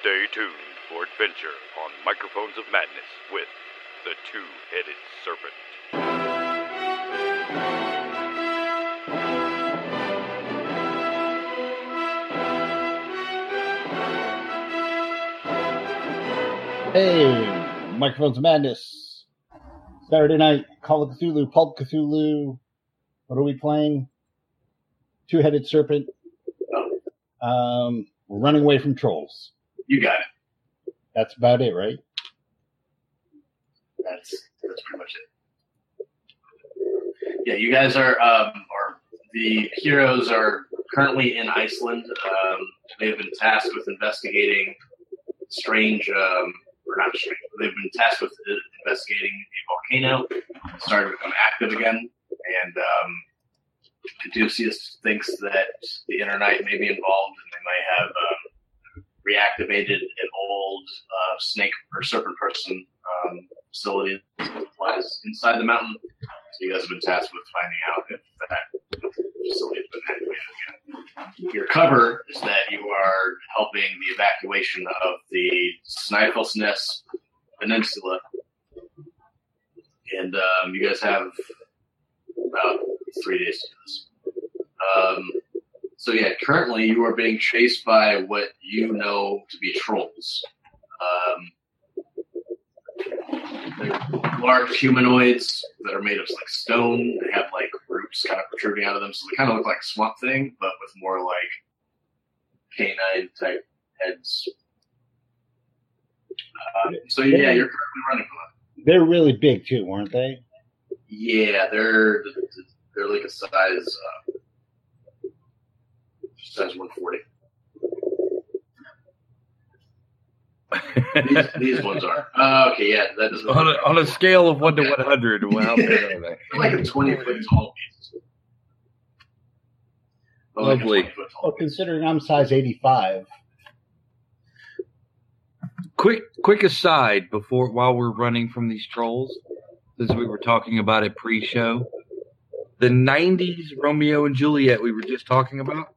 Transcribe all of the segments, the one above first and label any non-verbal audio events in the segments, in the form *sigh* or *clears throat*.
Stay tuned for adventure on Microphones of Madness with the Two Headed Serpent. Hey, Microphones of Madness. Saturday night, Call of Cthulhu, Pulp Cthulhu. What are we playing? Two Headed Serpent. Um, we're running away from trolls. You got it. That's about it, right? That's that's pretty much it. Yeah, you guys are um are the heroes are currently in Iceland. Um, they've been tasked with investigating strange um or not strange. They've been tasked with uh, investigating a volcano. It's starting to become active again, and um, Caduceus thinks that the inner knight may be involved, and they might have um, reactivated an old uh, snake or serpent person um, facility that lies inside the mountain. So you guys have been tasked with finding out if that facility has been activated again. Your cover is that you are helping the evacuation of the Snæfellsnes Peninsula, and um, you guys have about three days to do this. Um, so yeah, currently you are being chased by what you know to be trolls. Um, they're large humanoids that are made of like stone. They have like roots kind of protruding out of them, so they kind of look like Swamp Thing, but with more like canine type heads. Um, so yeah, you're currently running from them. They're really big too, weren't they? Yeah, they're they're like a size uh, size one forty. These, these ones are uh, okay. Yeah, that doesn't *laughs* on, a, on a scale of one to Okay. one hundred, how big are they? They're like a twenty foot tall piece. They're like a Lovely. 20 foot tall Well, considering I'm size 85. Quick, quick aside before while we're running from these trolls, since we were talking about it pre-show, the '90s Romeo and Juliet we were just talking about.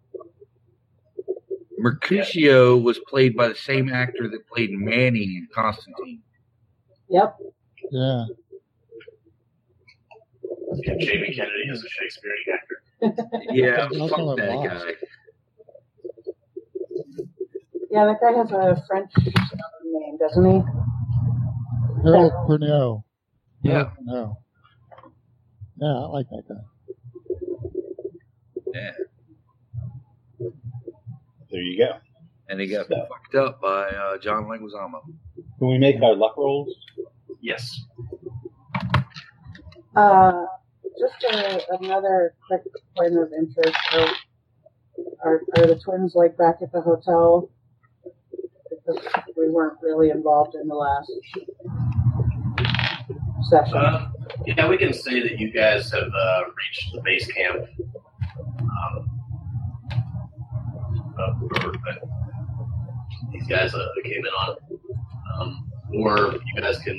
Mercutio was played by the same actor that played Manny in Constantine. Yeah. piece. Yeah, Jamie Kennedy is a Shakespearean actor. Yeah, That's fuck all I that lost. guy. Yeah, that guy has a French name, doesn't he? Harold Perneau. Yeah, No. Yeah, I like that guy. There you go. and he got fucked up by uh, John Leguizamo. Can we make our luck rolls? Yes. Uh, just a, another quick point of interest. Are, are, are the twins like back at the hotel? Because we weren't really involved in the last session. Um, yeah, we can say that you guys have uh, reached the base camp. Um, of whoever that these guys uh, came in on, um, or you guys can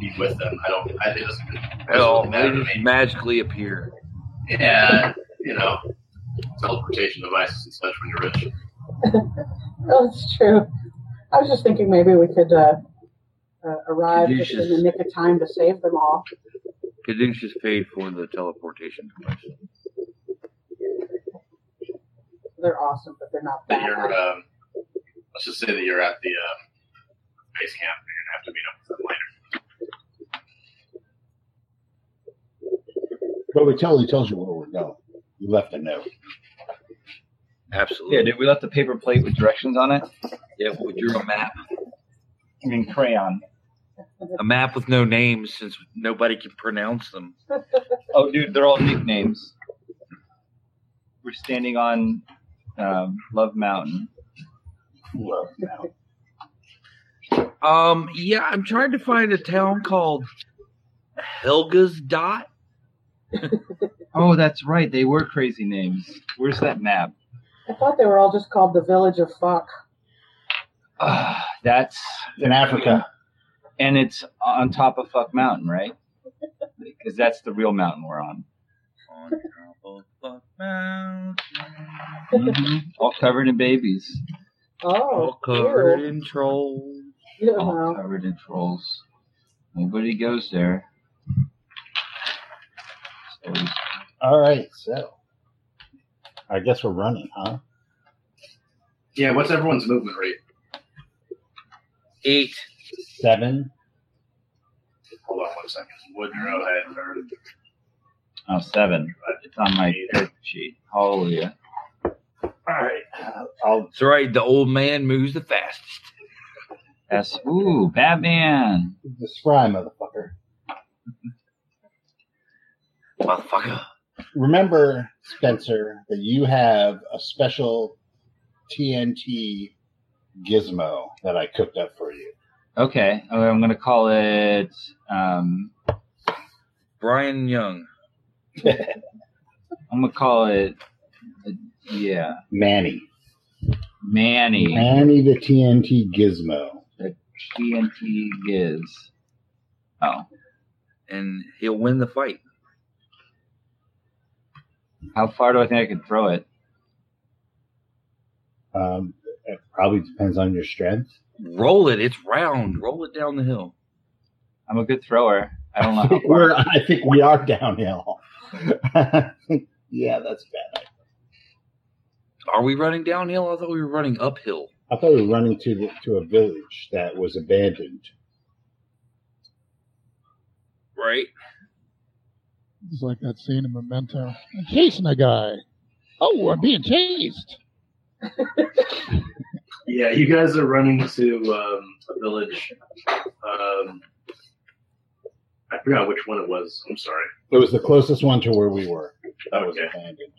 be with them. I don't. I, it doesn't, it doesn't Hell, really they matter to just me. magically appear. Yeah, you know, teleportation devices and such when you're rich. Oh, it's true. I was just thinking maybe we could uh, uh, arrive just in the Delicious. nick of time to save them all. Caduceus paid for the teleportation device. They're awesome, but they're not That bad. you're, um, let's just say that you're at the uh, base camp and you're gonna have to meet up with them later. But we totally tells you where we're going. You left a note. Absolutely. Yeah, dude, we left the paper plate with directions on it. Yeah, we drew a map. I mean, crayon. A map with no names since nobody can pronounce them. Oh, dude, they're all nicknames. We're standing on um, Love Mountain. Love now. Um, yeah, I'm trying to find a town called Helga's Dot. Oh, that's right. They were crazy names. Where's that map? *laughs* I thought they were all just called the Village of Fuck. Ah, that's In Africa. and it's on top of Fuck Mountain, right? Because that's the real mountain we're on. On top of a mountain. All covered in babies. Oh, All covered ew. in trolls. You don't All *laughs* know. covered in trolls. Nobody goes there. So he's All right, so I guess we're running, huh? Yeah, what's everyone's movement rate? Eight. Seven. Hold on one second. Woodrow had third. Oh, seven. It's on my character sheet. Hallelujah. All right, uh, I'll That's right. The old man moves the fastest. That's ooh, Batman. describe, motherfucker. Motherfucker. Remember, Spencer, that you have a special TNT gizmo that I cooked up for you. Okay, oh, I'm gonna call it. Um, Brian Young. I'm gonna call it. uh, yeah, Manny. Manny Manny the TNT gizmo. TNT Giz. Oh, And he'll win the fight. how far do I think I could throw it? Um, it probably depends on your strength. Roll it. It's round. Roll it down the hill. I'm a good thrower. I don't know how *laughs* We're, far. I think we are downhill. *laughs* yeah, that's bad. Are we running downhill? I thought we were running uphill. I thought we were running to the, to a village that was abandoned. Right? It's like that scene in Memento. I'm chasing a guy. Oh, I'm being chased. Yeah, you guys are running to um, a village. Um, I forgot which one it was. I'm sorry. It was the closest one to where we were. That was Okay. abandoned.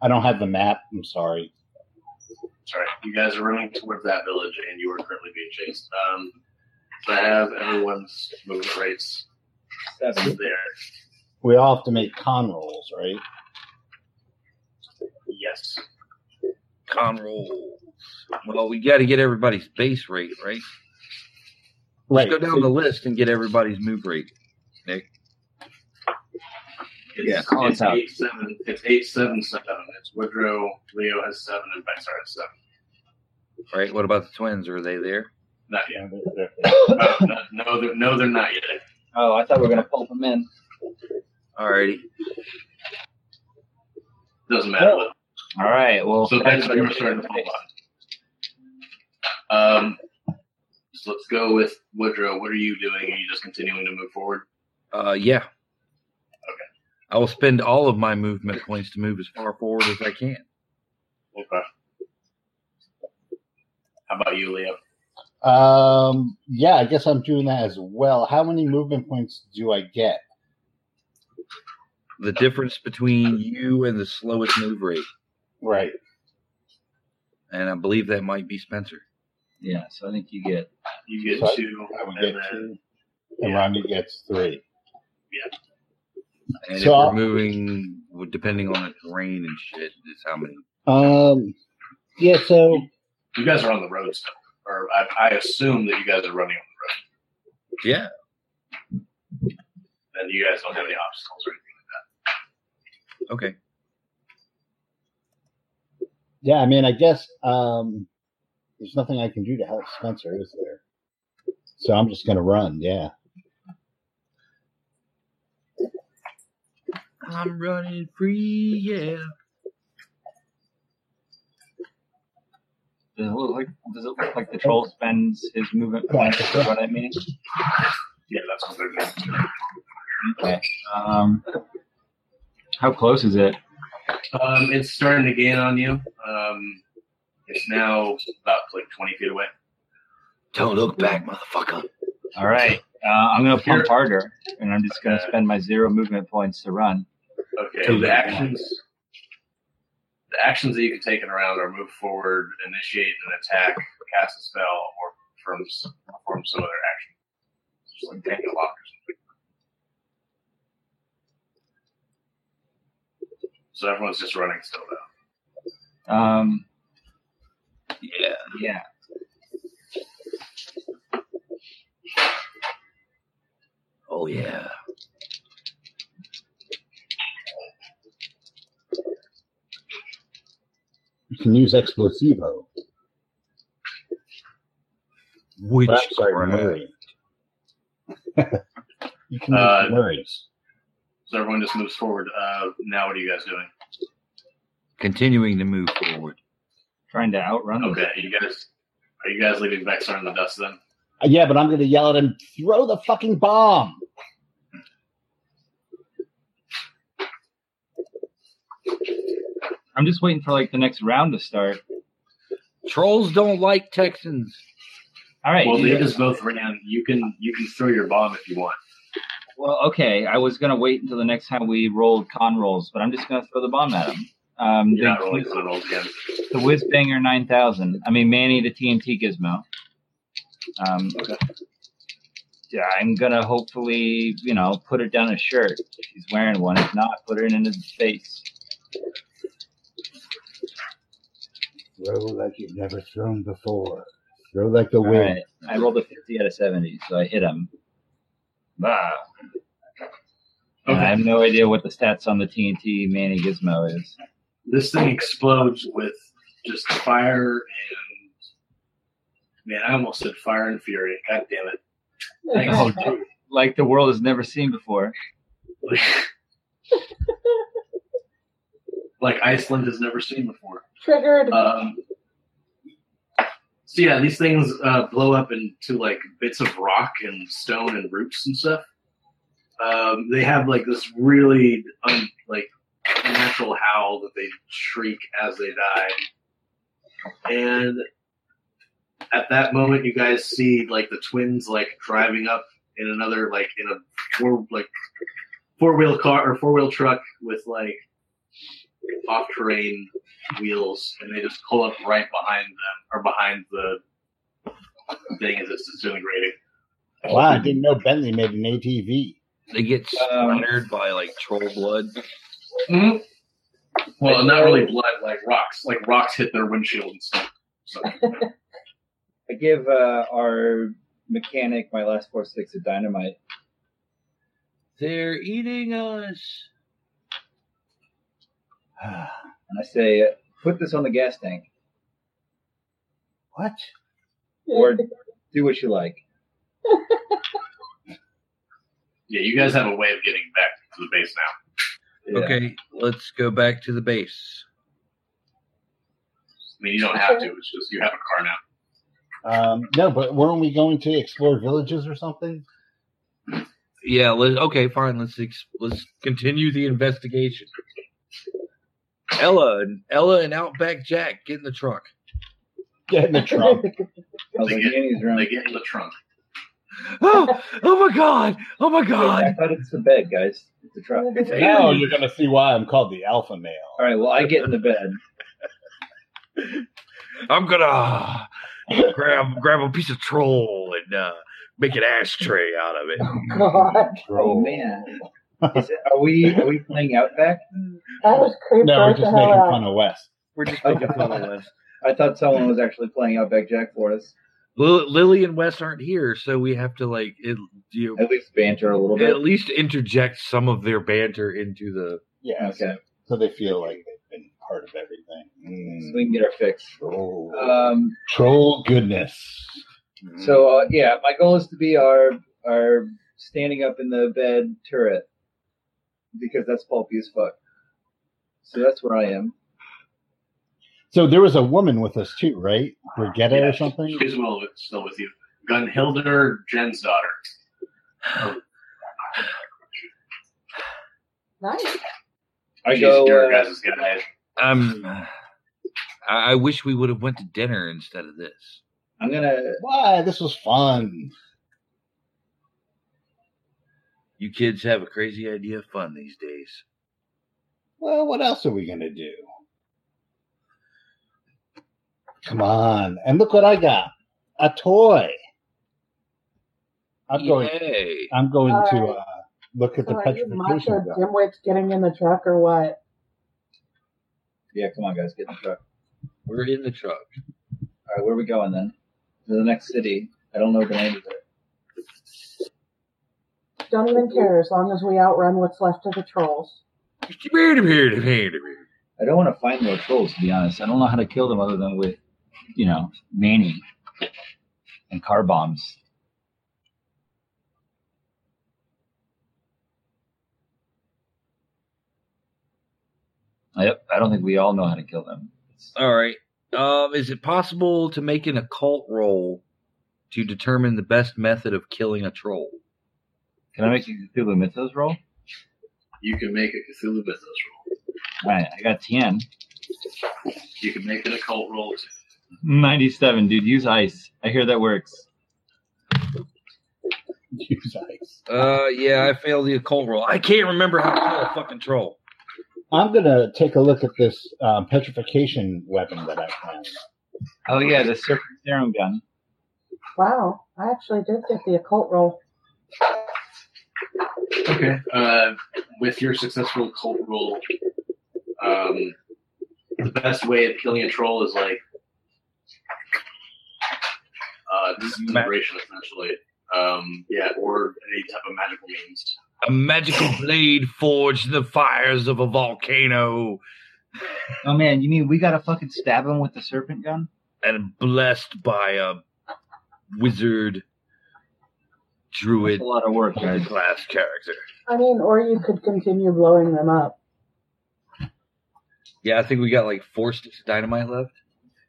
I don't have the map. I'm sorry. Sorry. You guys are running towards that village, and you are currently being chased. Um, so I have everyone's movement rates Seven. there. We all have to make con rolls, right? Yes. Con roll. Well, we got to get everybody's base rate, right? Right. Let's go down the list and get everybody's move rate. It's, Yeah, call it's us out. eight seven. It's eight seven seven. It's Woodrow. Leo has seven, and Bexar has seven. Right? What about the twins? Are they there? Not yet. Yeah, they're- they're- Uh, no, no, they're, no, they're not yet. Oh, I thought we were gonna pull them in. Alrighty. Doesn't matter. what. All right. Well, So that's why you're starting to pull on. Um, so let's go with Woodrow. What are you doing? Are you just continuing to move forward? Uh, yeah. Okay. I will spend all of my movement points to move as far forward as I can. Okay. How about you, Leo? Um, yeah, I guess I'm doing that as well. How many movement points do I get? The difference between you and the slowest move rate, Right. and I believe that might be Spencer. Yeah. So I think you get. You get So I- two, I would and get then two, and yeah. Ronnie gets three. And So if I'll- we're moving, depending on the terrain and shit, is how many. Um, yeah, so you guys are on the road still, or I, I assume that you guys are running on the Yeah. road, and you guys don't have any obstacles or anything. Okay. yeah, I mean, I guess um, there's nothing I can do to help Spencer, is there? So I'm just gonna run. Yeah. I'm running free, yeah. Does it look like? Does it look like the troll spends his movement points for what I mean? Yeah, that's what they're doing. Okay. Um, how close is it? Um, it's starting to gain on you. Um, it's now about like twenty feet away. Don't look back, motherfucker. All right. Uh, I'm going to Here- pump harder, and I'm just going to Okay. spend my zero movement points to run. Okay, Two the red actions the actions that you can take in a round are move forward, initiate an attack, cast a spell, or perform s- perform some other action. Just like taking a walk or something. So everyone's just running still though. Um, Yeah. yeah. Oh, yeah. You can use explosivo. Perhaps I Witchcraft. married. *laughs* you can make Uh, words. So everyone just moves forward. Uh, now, what are you guys doing? Continuing to move forward. Trying to outrun them. Okay, you guys, are you guys leaving Vexar in the dust then? Uh, Yeah, but I'm going to yell at him, throw the fucking bomb. I'm just waiting for like the next round to start. Trolls don't like Texans. All right. Well, you- they just both ran. You can you can throw your bomb if you want. Well, okay. I was gonna wait until the next time we rolled con rolls, but I'm just gonna throw the bomb at him. Um, You're not the- rolling for the rolls again. the Whiz Banger 9000. I mean, Manny the TNT Gizmo. Um, yeah, I'm gonna hopefully, you know, put it down his shirt if he's wearing one. If not, put it in his face. Throw like you've never thrown before. Throw like the All wind. right. I rolled a 50 out of 70, so I hit him. Wow. And I Okay. have no idea what the stats on the TNT Manny Gizmo is. This thing explodes with just fire and man, I almost said fire and fury. God damn it! Oh, dude. Like the world has never seen before. like Iceland has never seen before. Triggered. Uh, *laughs* Um, so yeah, these things uh, blow up into like bits of rock and stone and roots and stuff. Um, they have like this really un- like natural howl that they shriek as they die, and at that moment, you guys see like the twins like driving up in another like in a four like four wheel car or four wheel truck with like off terrain wheels and they just pull up right behind them or behind the thing as it's disintegrating. Wow, I didn't know Bentley made an ATV. They get Um, splattered by like troll blood. Well, not really blood, like rocks. Like rocks hit their windshield and stuff. So, I give uh, our mechanic my last four sticks of dynamite. *sighs* They're eating us. And I say, put this on the gas tank. what? or do what you like. yeah, you guys have a way of getting back to the base now. Yeah. Okay, let's go back to the base. I mean, you don't have to. It's just you have a car now. Um, no, but weren't we going to explore villages or something? *laughs* Yeah. Let, okay. Fine. Let's ex- let's continue the investigation. Ella and Ella and Outback Jack get in the truck. Get in the *laughs* trunk. I was They like, get- Annie's room. They get in the trunk. *gasps* Oh, oh my god! Oh my I god! thought it's the bed, guys. It's the truck. now you're going to see why I'm called the alpha male. All right, well, I get in the bed. I'm gonna uh, grab grab a piece of troll and uh, make an ashtray out of it. God. Oh, man. Is it, are we are we playing Outback? I was creeped No, we're right the just hell making out. fun of Wes. We're just making *laughs* fun of I thought someone was actually playing Outback Jack for us. Lil Lily and Wes aren't here, so we have to like it, you At least banter a little bit. at least interject some of their banter into the. Yeah, Okay, so they feel like they've been part of everything. Mm, so we can get our fix. troll. Um, troll goodness. so uh, yeah, my goal is to be our our standing up in the bed turret because that's pulpy as fuck. So that's where I am. So there was a woman with us too, right? Brigetta Yeah, or something? She's well still with you. Gunhildr, Jen's daughter. Nice. I She's go. your uh, guys' guy. Um, I, I wish we would have went to dinner instead of this. I'm gonna Why? This was fun. You kids have a crazy idea of fun these days. Well, what else are we going to do? Come on. And look what I got. A toy. I'm going Yay. I'm going All to right. uh, look at So the are you petrification macho gun. *laughs* dimwits getting in the truck or what? Yeah, come on, guys, get in the truck. We're in the truck. All right, where are we going then? To the next city. I don't know the name of it. Don't even care as long as we outrun what's left of the trolls. I don't want to find more trolls, to be honest. I don't know how to kill them other than with, you know, Manny. and car bombs. Yep, I don't think we all know how to kill them. All right. Um, is it possible to make an occult roll to determine the best method of killing a troll? Can I make a Cthulhu Mythos roll? You can make a Cthulhu Mythos roll. All right, I got 10. You can make an occult roll. too. 97, dude, use ice. I hear that works. Use ice. Uh, yeah, I failed the occult roll. I can't remember how to kill a fucking troll. I'm gonna take a look at this um, petrification weapon that I found. Oh, yeah, the Serpent Serum gun. Wow, I actually did get the occult roll. Okay. Uh, with your successful occult roll, um, the best way of killing a troll is like uh, disintegration, essentially. Um, yeah, or any type of magical means. A *laughs* magical blade forged in the fires of a volcano Oh, man, you mean we gotta fucking stab him with the Serpent gun? and blessed by a wizard That's druid a lot of work, guys. class character. I mean, or you could continue blowing them up. Yeah, I think we got like four sticks of dynamite left.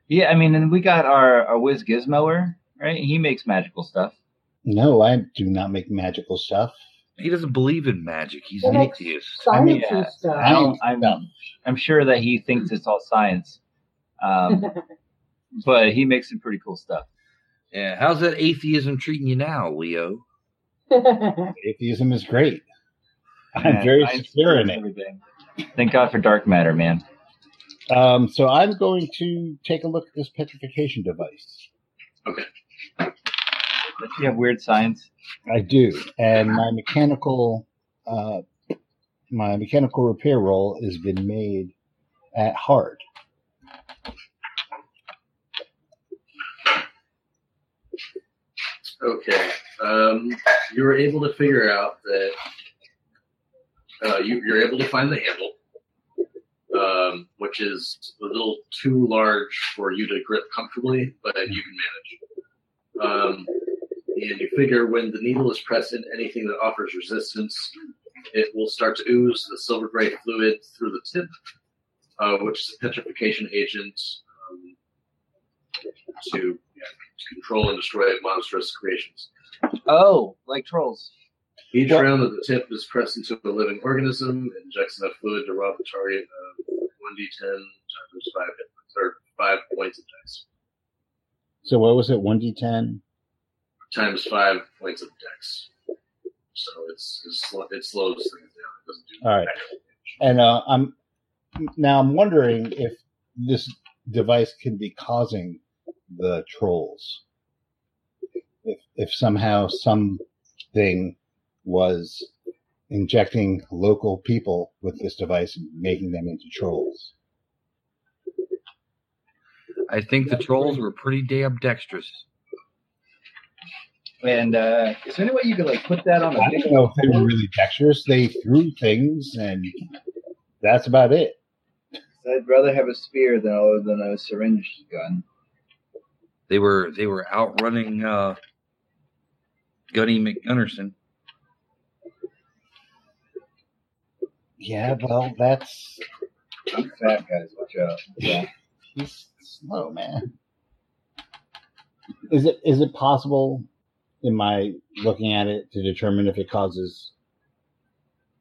Yeah, I mean, and we got our, our Wiz Gizmoer, right? He makes magical stuff. No, I do not make magical stuff. He doesn't believe in magic. He's an Well, that's- atheist. I mean, Sciencey yeah, I stuff. don't, I'm, I'm sure that he thinks it's all science, um, but he makes some pretty cool stuff. Yeah, how's that atheism treating you now, Leo? Atheism is great. I'm And very science secure in proves it. everything. Thank God for dark matter, man. Um, so I'm going to take a look at this petrification device. Don't you have weird science? I do, and my mechanical, uh, my mechanical repair roll has been made at hard. Okay. Um, you were able to figure out that uh, you, you're able to find the handle, um, which is a little too large for you to grip comfortably, but you can manage. Um, and you figure when the needle is pressed in anything that offers resistance, it will start to ooze the silver gray fluid through the tip, uh, which is a petrification agent um, to control and destroy monstrous creations. Oh, like trolls. Each What- round of the tip is pressed into a living organism, it injects enough fluid to rob the target of 1d10 times 5 hit points, or 5 points of dex. So what was it? One d10. Times 5 points of dex. So it's, it's sl- it slows things down. It doesn't do All right. And uh, I'm now I'm wondering if this device can be causing the trolls. If if somehow something was injecting local people with this device and making them into trolls. I think the trolls were pretty damn dexterous. And uh, is there any way you could like put that on I don't know if they were really dexterous. They threw things, and that's about it. I'd rather have a spear than than a syringe gun. They were they were outrunning uh, Gunny McGunnerson. Yeah, well, that's I'm fat, guys. Watch out. he's slow, man. Is it is it possible? Am I looking at it to determine if it causes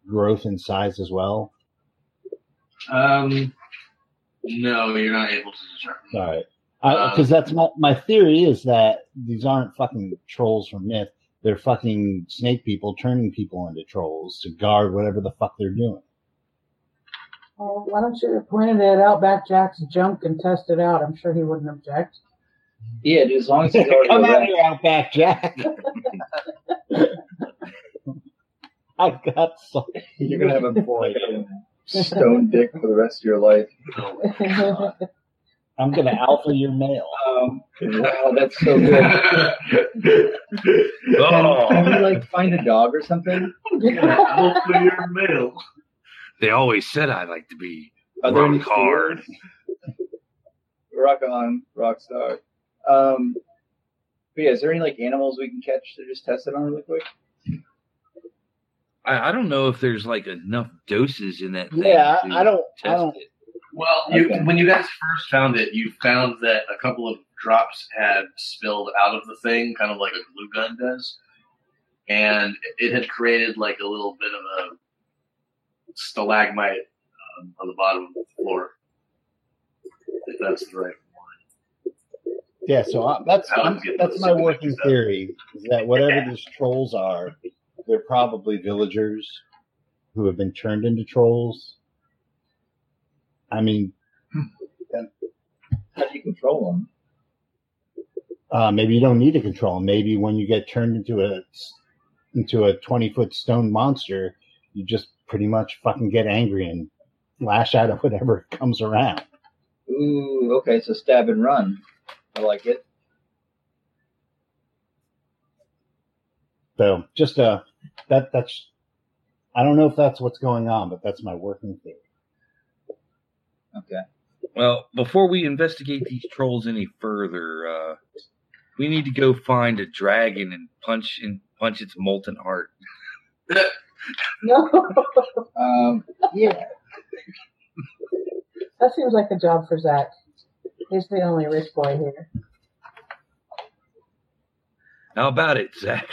growth in size as well? Um, no, you're not able to determine. All right, because that's my my theory is that these aren't fucking trolls from myth. They're fucking snake people turning people into trolls to guard whatever the fuck they're doing. *laughs* Well, why don't you have pointed it out back Jack's junk and test it out? I'm sure he wouldn't *laughs* object. *laughs* Yeah, dude, as long as he's Come out already here, Outback *laughs* Jack. I've got some. you're gonna have a boy stone dick for the rest of your life. No. I'm gonna alpha your mail. Um, wow, that's *laughs* so good. Oh. Can, can we like find a dog or something? *laughs* I'll clear your mail. They always said I like to be Are there any rock hard. Rock on, rock star. Um, But yeah, is there any like animals we can catch to just test it on really quick? I, I don't know if there's like enough doses in that. Thing Yeah, to I, I don't. I test don't. it. Well, you, Okay. when you guys first found it, you found that a couple of drops had spilled out of the thing, kind of like a glue gun does, and it had created like a little bit of a stalagmite um, on the bottom of the floor. If that's the right. *laughs* Yeah, so I, that's I I'm, was getting that's those my second working episode. theory is that whatever these trolls are, they're probably villagers who have been turned into trolls. I mean, How do you control them? uh, maybe you don't need to control 'em. Maybe when you get turned into a into a twenty foot stone monster, you just pretty much fucking get angry and lash out at whatever *laughs* comes around. Ooh, okay, so stab and run. I like it. So just uh that that's I don't know if that's what's going on, but that's my working theory. Okay. Well, before we investigate these trolls any further, uh, we need to go find a dragon and punch and punch its molten heart. No, Um, yeah. that seems like a job for Zach. He's the only rich boy here. How about it, Zach?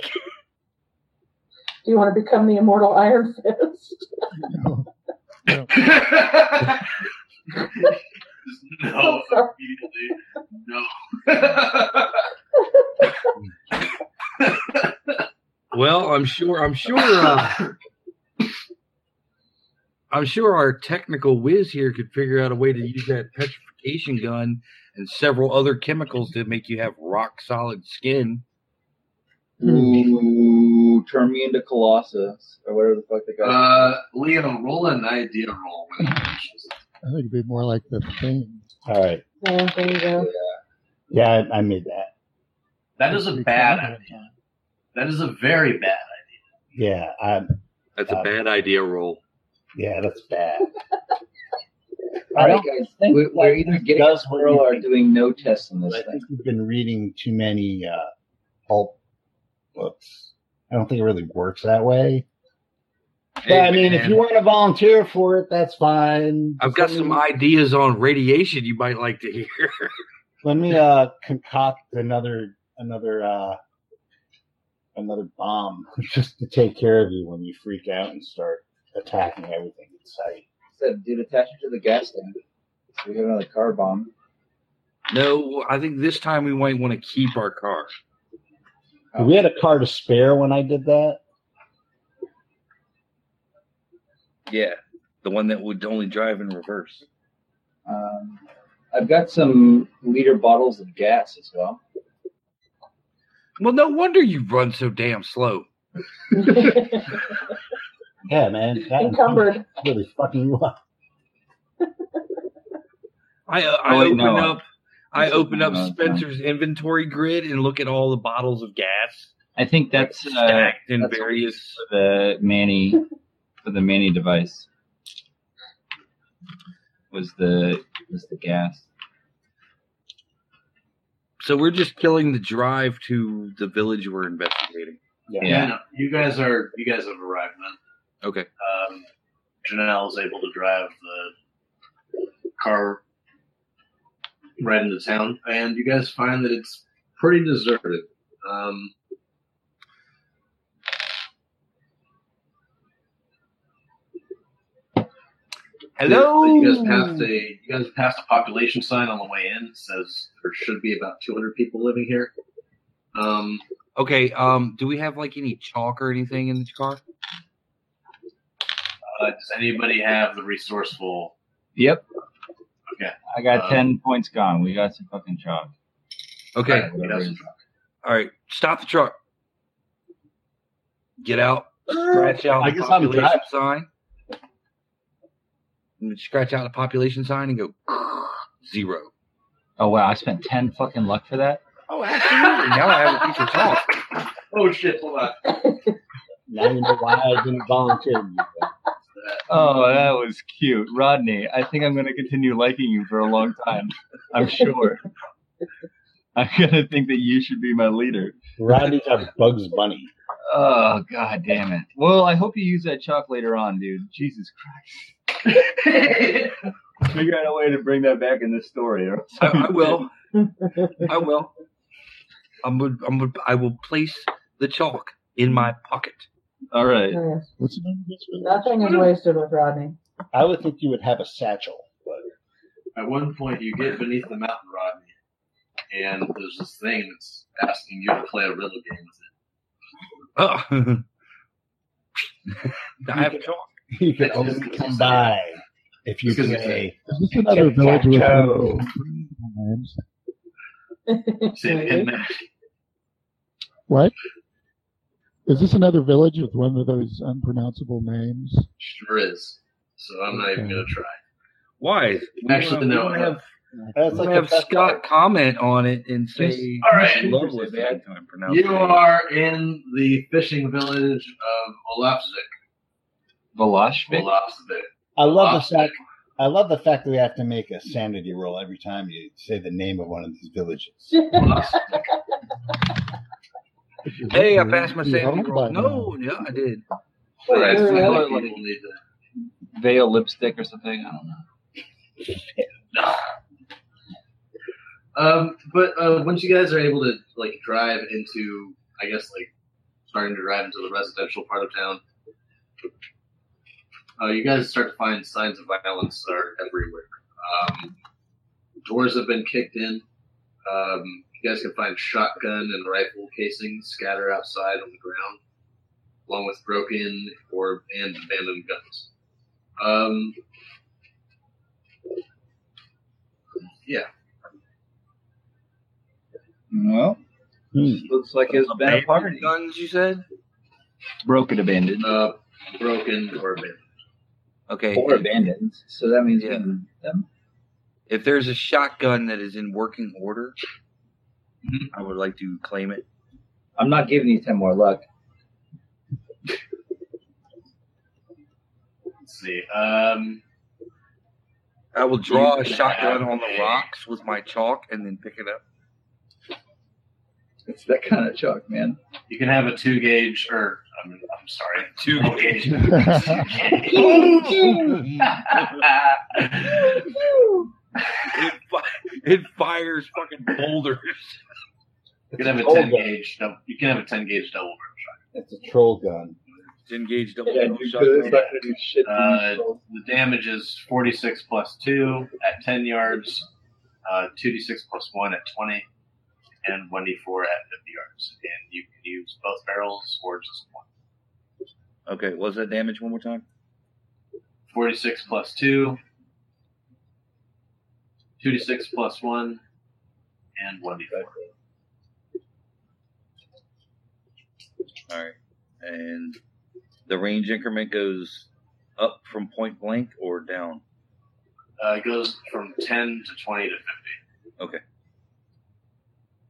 Do you want to become the immortal Iron *laughs* Fist? You know, no, immediately, no. Well, I'm sure. I'm sure. Uh, I'm sure our technical whiz here could figure out a way to use that petrification gun and several other chemicals to make you have rock solid skin. Ooh, turn me into Colossus or whatever the fuck they *laughs* got. uh, Leo, roll an idea roll. When you finish this. I think it'd be more like the thing. All right. Yeah, there you go. Yeah, I, I made that. that is a bad idea. That is a very bad Yeah, I, That's a Uh, bad idea, roll. yeah, that's *laughs* bad. All I right, don't guys. think We're, we're that either this getting a does what squirrel you or think. doing no tests on this I thing. think we've been reading too many uh, pulp books. I don't think it really works that way. But I mean, if man, you want to volunteer for it, that's fine. I've Just got let some me- ideas on radiation you might like to hear. Let me uh, concoct another another uh, another bomb *laughs* just to take care of you when you freak out and start attacking everything in sight. Said, dude, attach it to the gas tank. So we have another car bomb. *laughs* No, I think this time we might want to keep our car. Oh. We had a car to spare when I did that. Yeah, the one that would only drive in reverse. Um, I've got some liter bottles of gas as well. Well, no wonder you run so damn slow. Yeah, man. That *laughs* Encumbered. *laughs* Really fucking *laughs* you up. I uh, I Oh, wait, open no. up I This is open up not- Spencer's inventory grid and look at all the bottles of gas I think that's uh, stacked in that's- various. the Manny for the Manny device. Was the was the gas? So we're just killing the drive to the village we're investigating. Yeah. Yeah, no, you guys are you guys have arrived then. Okay. Um, Janelle is able to drive the car right into town, and you guys find that it's pretty deserted. Um, Hello. You guys passed a you guys passed a population sign on the way in. It says there should be about 200 people living here. Um, Okay. Um. Do we have like any chalk or anything in the car? uh, does anybody have the resourceful? Yep. Okay. I got Um, ten points gone. We got some fucking chalk. Okay. Alright, you guys- All right. Stop the truck. Get out. Scratch out I the guess I'm population driving. sign. And Scratch out the population sign and go *sighs* zero. Oh wow, I spent ten fucking luck for that. Oh, absolutely. now I have a piece of chalk. *laughs* Oh shit! Hold on. Now you know why I didn't volunteer. You Oh, that was cute, Rodney. I think I'm going to continue liking you for a long time. I'm sure. *laughs* I'm gonna think that you should be my leader. Rodney's our Bugs Bunny. Oh god damn it. Well, I hope you use that chalk later on, dude. Jesus Christ. *laughs* Figure out a way to bring that back in this story. Or I, I will. I will. I'm gonna, I'm gonna, I will place the chalk in my pocket. *laughs* All right. Oh, Yes. What's the name of this? village? Nothing is wasted with Rodney. I would think you would have a *laughs* satchel. At one point, you get beneath the mountain, Rodney, and there's this thing that's asking you to play a riddle game with it. Oh. *laughs* I have chalk. You could only *laughs* come by if you Excuse me. play. Is this another village with Tic-tac-toe. names? See, in there. What? Is this another village with one of those unpronounceable names? Sure is. So I'm not even gonna try. Why? Actually, no, We're gonna no. have, That's we're gonna like have a pet Scott comment on it and Just- say, All right. Lovely bad time pronounced. You are in the fishing village of Olafsvik. Veloshvik? Olafsvik. I love the Olafsvik. fact. I love the fact that we have to make a sanity roll every time you say the name of one of these villages. Olafsvik. Hey, I passed my You sanity owned roll. by No, yeah, I did. Right. Wait, so really? other people need to- Veil lipstick or something? I don't know. Um, but uh, once you guys are able to like drive into, I guess like starting to drive into the residential part of town, uh, you guys start to find signs of violence are everywhere. Um, doors have been kicked in. Um, you guys can find shotgun and rifle casings scattered outside on the ground, along with broken or and abandoned guns. Um, Well, Hmm. looks like it's been a party. Guns, you said? Broken abandoned. uh, broken or abandoned. Okay. Or abandoned. So that means Yeah. we moved them. If there's a shotgun that is in working order, Mhm. I would like to claim it. I'm not giving you ten more luck. Let's see. Um, I will draw a can shotgun have on the a- rocks with my chalk and then pick it up. It's that kind of chalk, man. You can have a two gauge, or I'm, I'm sorry, *laughs* Two. one gauge. It, fi- it fires fucking boulders. you can have a Hold ten on. gauge. dou- You can have a ten gauge double. It's a troll gun. Engage double Yeah, barrel dude, it's shotgun. not gonna do shit. Uh, the damage is 46 plus two at 10 yards, uh, 2d6 plus one at 20, and 1d4 at 50 yards. And you can use both barrels or just one. Okay, what was that damage one more time? 46 plus two, 2d6 plus one, and 1d4. All right. And the range increment goes up from point blank or down? Uh, it goes from 10 to 20 to 50. Okay.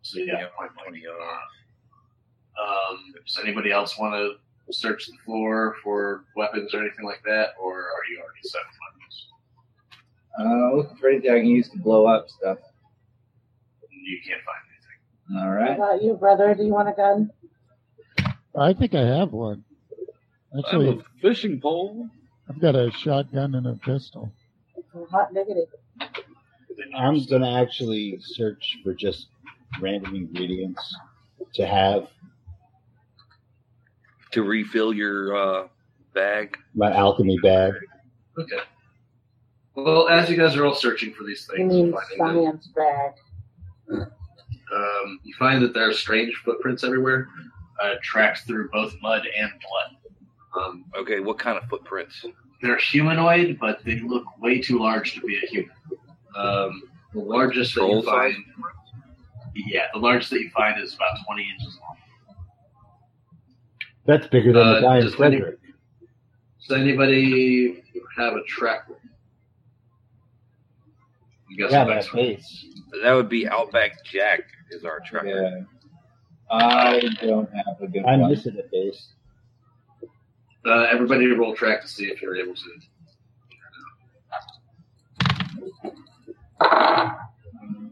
So yeah, Yeah, point blank. 20 yards. Um, does anybody else want to search the floor for weapons or anything like that, or are you already set with weapons? Uh, looking for anything I can use to blow up stuff. You can't find anything. All How right. about you, brother? Do you want a gun? I think I have one. I have Actually, a fishing pole. I've got a shotgun and a pistol. Hot diggity. I'm gonna actually search for just random ingredients to have to refill your uh, bag. my alchemy bag. Okay. Well, as you guys are all searching for these You things, mean you find, that, science bag. um, you find that there are strange footprints everywhere, uh, tracks through both mud and blood. Um, Okay, what kind of footprints? they're humanoid, but they look way too large to be a human. Um, the largest that you Troll size? find, yeah, the largest that you find is about twenty inches long. That's bigger than Uh, the guy in just any- Frederick. Does anybody have a track? record? You guess Yeah, the that next one. face. That would be Outback Jack is our tracker. Yeah. I don't have a good I'm one. missing a face. Uh, everybody roll track to see if you're able to.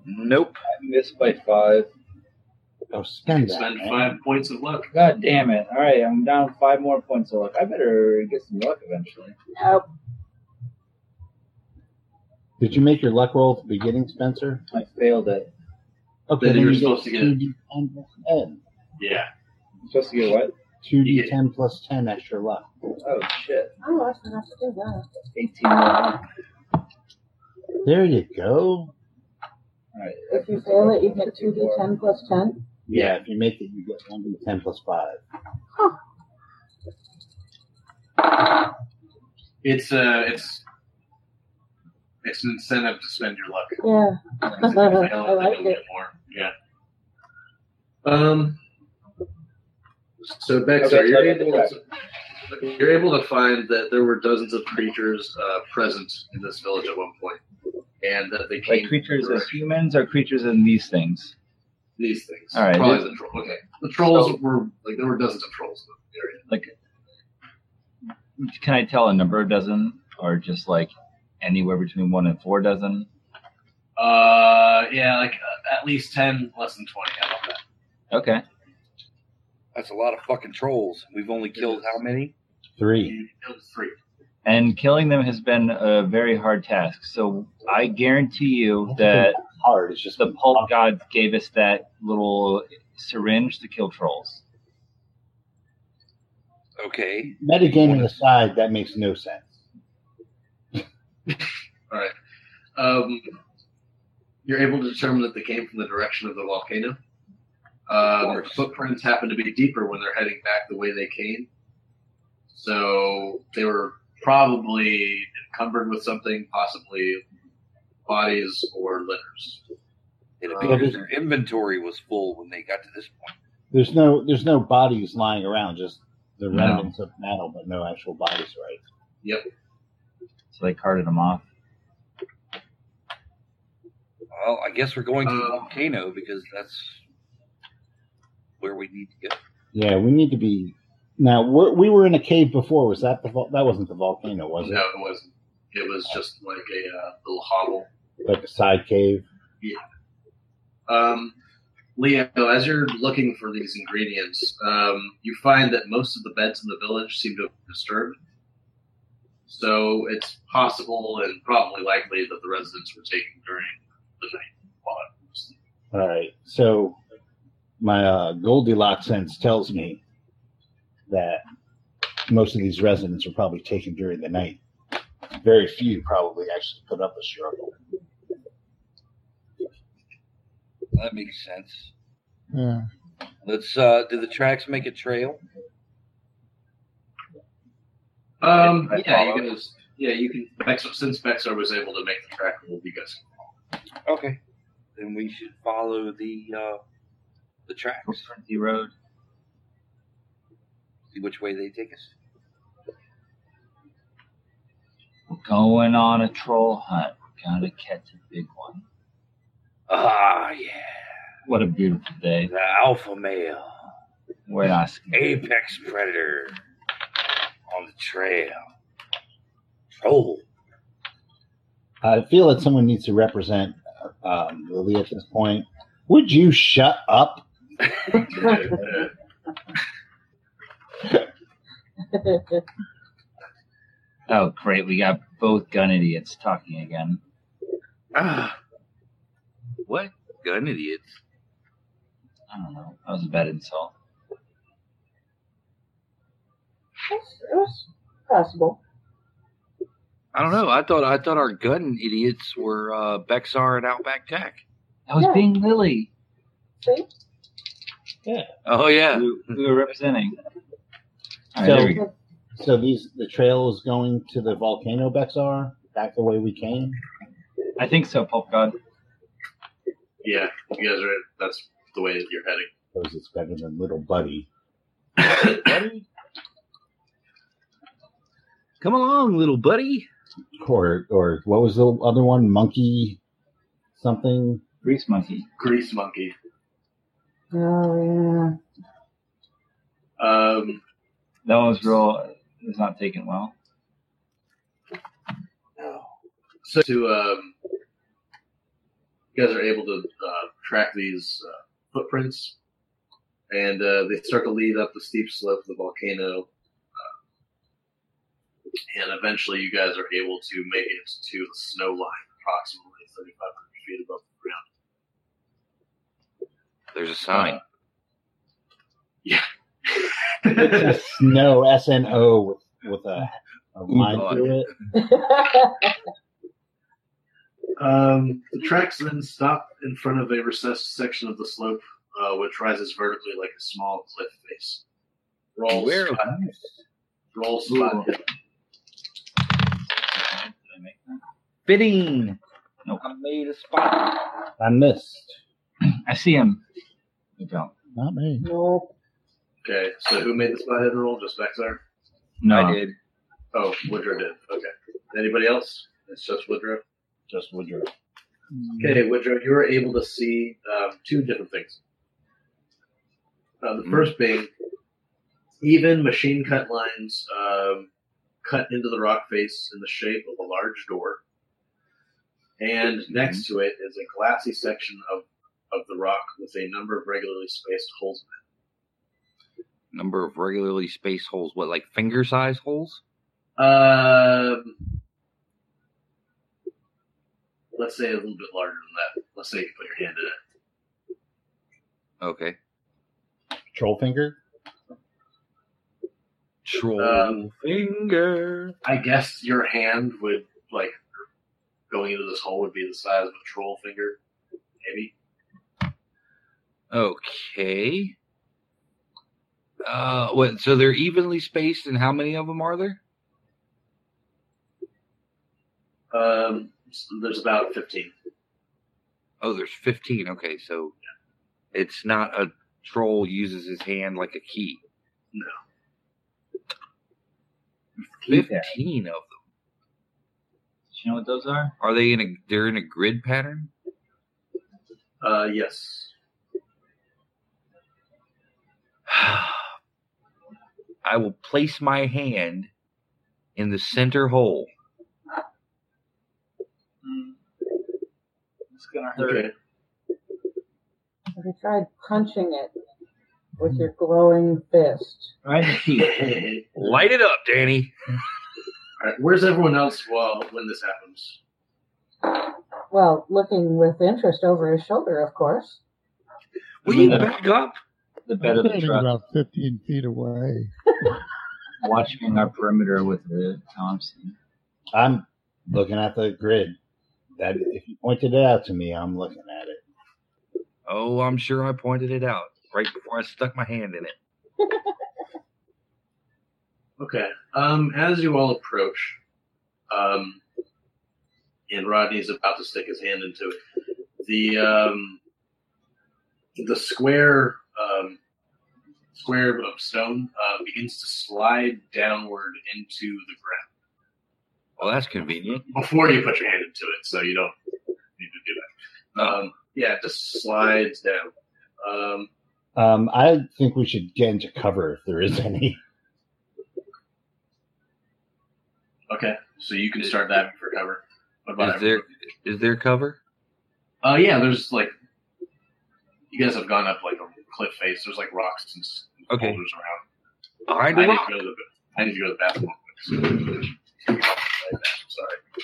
Nope. I'm miss by five. Go Oh, spend that. Spend man. five points of luck. God damn it. All right, I'm down five more points of luck. I better get some luck eventually. Nope. Did you make your luck roll at the beginning, Spencer? I failed it. Okay, Then then you're you supposed to get get- two D ten plus ten. Yeah. I'm supposed to get what? Two You D get- ten plus ten extra luck. Oh, shit. Oh, I should have to do that. 18 more luck. There you go. All right. If you fail it, you get two D ten plus ten. Yeah, if you make it, you get one D ten plus five. It's uh it's it's an incentive to spend your luck. Yeah. *laughs* If *laughs* I I don't, like I don't get it. more. Yeah. Um. So Baxter, Okay, you're so I able got to, you're able to find that there were dozens of creatures uh, present in this village at one point, and that they came Like creatures from as humans or creatures in these things? these things. All right, Probably this- the troll. Okay. The trolls So- were like there were dozens of trolls in the area. Can I tell a number of dozen or just like anywhere between one and four dozen? Uh, yeah, like uh, at least ten, less than twenty. How about that? Okay. That's a lot of fucking trolls. We've only killed how many? Three. You killed three. And killing them has been a very hard task. So I guarantee you that Hard. It's just the pulp gods gave us that little syringe to kill trolls. Okay. metagaming aside. That makes no sense. All right. Um, you're able to determine that they came from the direction of the volcano. Um, course. footprints happen to be deeper when they're heading back the way they came. So they were probably encumbered with something, possibly bodies or litters. It Uh, appears their inventory was full when they got to this point. There's no there's no bodies lying around. Just the No. remnants of battle, but no actual bodies. Right. So they carted them off. Well, I guess we're going to the Uh, volcano because that's where we need to go. Yeah, we need to be. Now we're, we were in a cave before. Was that the vol- that wasn't the volcano? Was it No, it wasn't. It was just like a uh, little hovel. like a side cave? Um, Leo, as you're looking for these ingredients, um, you find that most of the beds in the village seem to have been disturbed. So it's possible and probably likely that the residents were taken during the night. while it was- All right. So my uh, Goldilocks sense tells me that most of these residents were probably taken during the night. Very few probably actually put up a struggle. That makes sense. Yeah. Let's. uh Do the tracks make a trail? Um, Can I yeah, follow? you guys, yeah, you can. Bex- Since Bexar was able to make the track, we'll be guys. Okay. Then we should follow the uh the tracks. Frenzy Road. See which way they take us. We're going on a troll hunt. Gotta catch a big one. Ah, yeah. What a beautiful day. The alpha male, We're not scared. apex predator, on the trail. Oh. Troll. I feel that someone needs to represent um, Lily at this point. Would you shut up? uh, Oh, great. We got both gun idiots talking again. Ah. What gun idiots? I don't know. That was a bad insult. It's- It was possible. I don't know. I thought I thought our gun idiots were uh, Bexar and Outback Jack. That was Yeah. being Lily. See? Oh yeah. We, we were representing. All right, So- there we go. So these the trail is going to the volcano Bexar, back the way we came. I think so, Pulp God. Yeah, you guys are. That's the way that you're heading. Because it's better than little buddy. buddy. Come along, little buddy. Or or what was the other one? Monkey something? Grease Monkey. Grease monkey. Oh Um, That was real. It was not taken well. So to um, you guys are able to uh, track these uh, footprints, and uh, they start to lead up the steep slope of the volcano. Uh, and eventually, you guys are able to make it to the snow line, approximately 3,500 feet above the ground. There's a sign. It's *laughs* a snow, S N O, with with a, a line God. through it. *laughs* Um, the tracks then stop in front of a recessed section of the slope, uh, which rises vertically like a small cliff face. Roll, Where? spot, roll spot hidden. Fitting. Nope. I made a spot. I missed. I see him. You don't. Not me. Nope. Okay, so who made the spot hidden roll? Just back there? No. I did. Oh, Woodrow did. Okay. Anybody else? It's just Woodrow. Just Woodrow. Okay, Woodrow, you were able to see um, two different things. Uh, the Hmm. first being even machine cut lines um, cut into the rock face in the shape of a large door. And next to it is a glassy section of, of the rock with a number of regularly spaced holes. Number of regularly spaced holes. What, like finger size holes? Um, let's say a little bit larger than that. Let's say you put your hand in it. Okay. Troll finger. Troll Um, finger. I guess your hand would like going into this hole would be the size of a troll finger, maybe. Okay. Uh, what? So they're evenly spaced, and how many of them are there? Um, s- there's about fifteen. Oh, there's 15. Okay, so it's not a troll uses his hand like a key. No. 15 of them. You know what those are? Are they in a they're in a grid pattern? *sighs* Uh, yes. I will place my hand in the center hole. It's Hmm. gonna Okay. Have you tried punching it with your glowing fist? Right in *laughs* the All teeth. right. Light it up, Danny. Where's everyone else while when this happens? Well, looking with interest over his shoulder, of course. Will you back up? The bed of the Standing truck. about 15 feet away. *laughs* Watching our perimeter with the Thompson. I'm looking at the grid. That if you pointed it out to me, I'm looking at it. Oh, I'm sure I pointed it out right before I stuck my hand in it. Okay. Um, as you all approach, um, and Rodney's about to stick his hand into it, the um, the square um, square of stone uh, begins to slide downward into the ground Well, that's convenient. before you put your hand into it, so you don't need to do that. Um, yeah, it just slides down. Um, Um, I think we should get into cover if there is any. okay, so you can start diving for cover. What about Is there is there cover? Uh, yeah, there's like you guys have gone up like a cliff face. There's like rocks and s- Okay. boulders around. Behind I a need rock. to go to the I need to go to the bathroom. real quick. Sorry.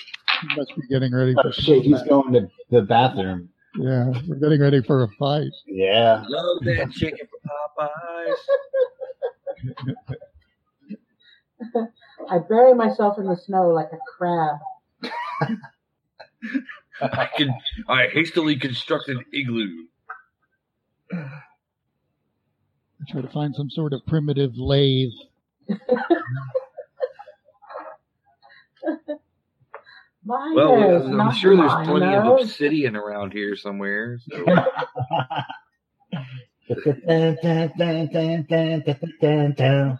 You must be *laughs* getting ready Oh for shit, he's going to the bathroom. Yeah, we're getting ready for a fight. Yeah. Love that chicken from Popeyes. I bury myself in the snow like a crab. *laughs* I can. I hastily constructed igloo. Try to find some sort of primitive lathe. Mine Well, is, I'm not sure there's mine, plenty no. of obsidian around here somewhere. So Dun, dun, dun, dun, dun, dun, dun, dun.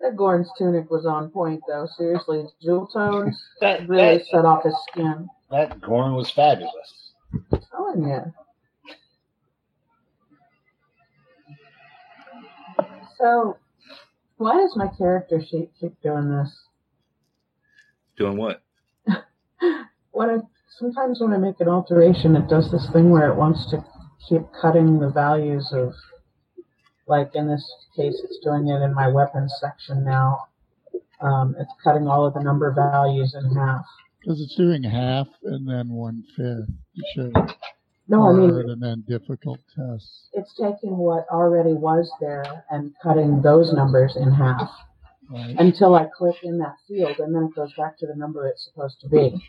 That Gorn's tunic was on point, though. Seriously, his jewel tones *laughs* That, really that, set off his skin. that Gorn was fabulous. I'm telling you. So, why does my character sheet keep doing this? doing what? when I sometimes when I make an alteration, it does this thing where it wants to keep cutting the values of, like in this case, it's doing it in my weapons section now. Um, it's cutting all of the number values in half. Because it's doing half and then one fifth. You should No, I mean Uh, hard and then difficult tests. it's taking what already was there and cutting those numbers in half Right? until I click in that field, and then it goes back to the number it's supposed to be.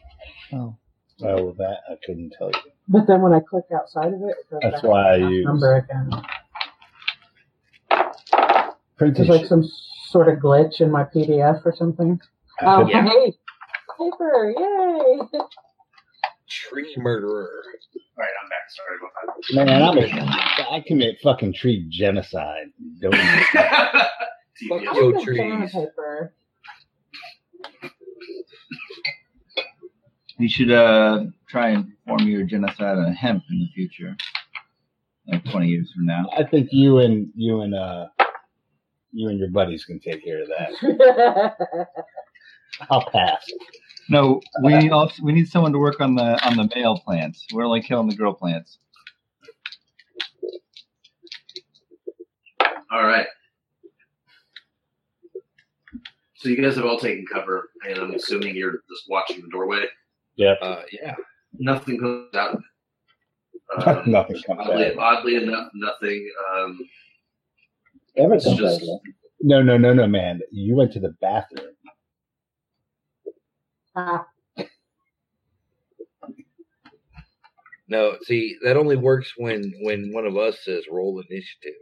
Oh, Oh, that I couldn't tell you. But then when I click outside of it, it goes back That's to why I that use number again. There's printed. like some sort of glitch in my PDF or something. Oh, Yeah. hey, paper, yay! Tree murderer. All right, I'm back. Sorry about Man, I'm a, I commit fucking tree genocide. Don't. that. *laughs* TBS. Fuck I'm Yo, a big fan trees. of paper. You should uh, try and perform your genocide on hemp in the future, like 20 years from now. I think you and you and uh you and your buddies can take care of that. I'll pass. No, we also we need someone to work on the on the male plants. We're only killing the girl plants. All right. So you guys have all taken cover, and I'm assuming you're just watching the doorway. Uh, yeah. Nothing comes out. of it. Um, *laughs* Nothing comes out. oddly, oddly enough, nothing. Um, Ever It's comes just- out of it. No, no, no, no, man. You went to the bathroom. Ah, No, see, that only works when when one of us says roll initiative.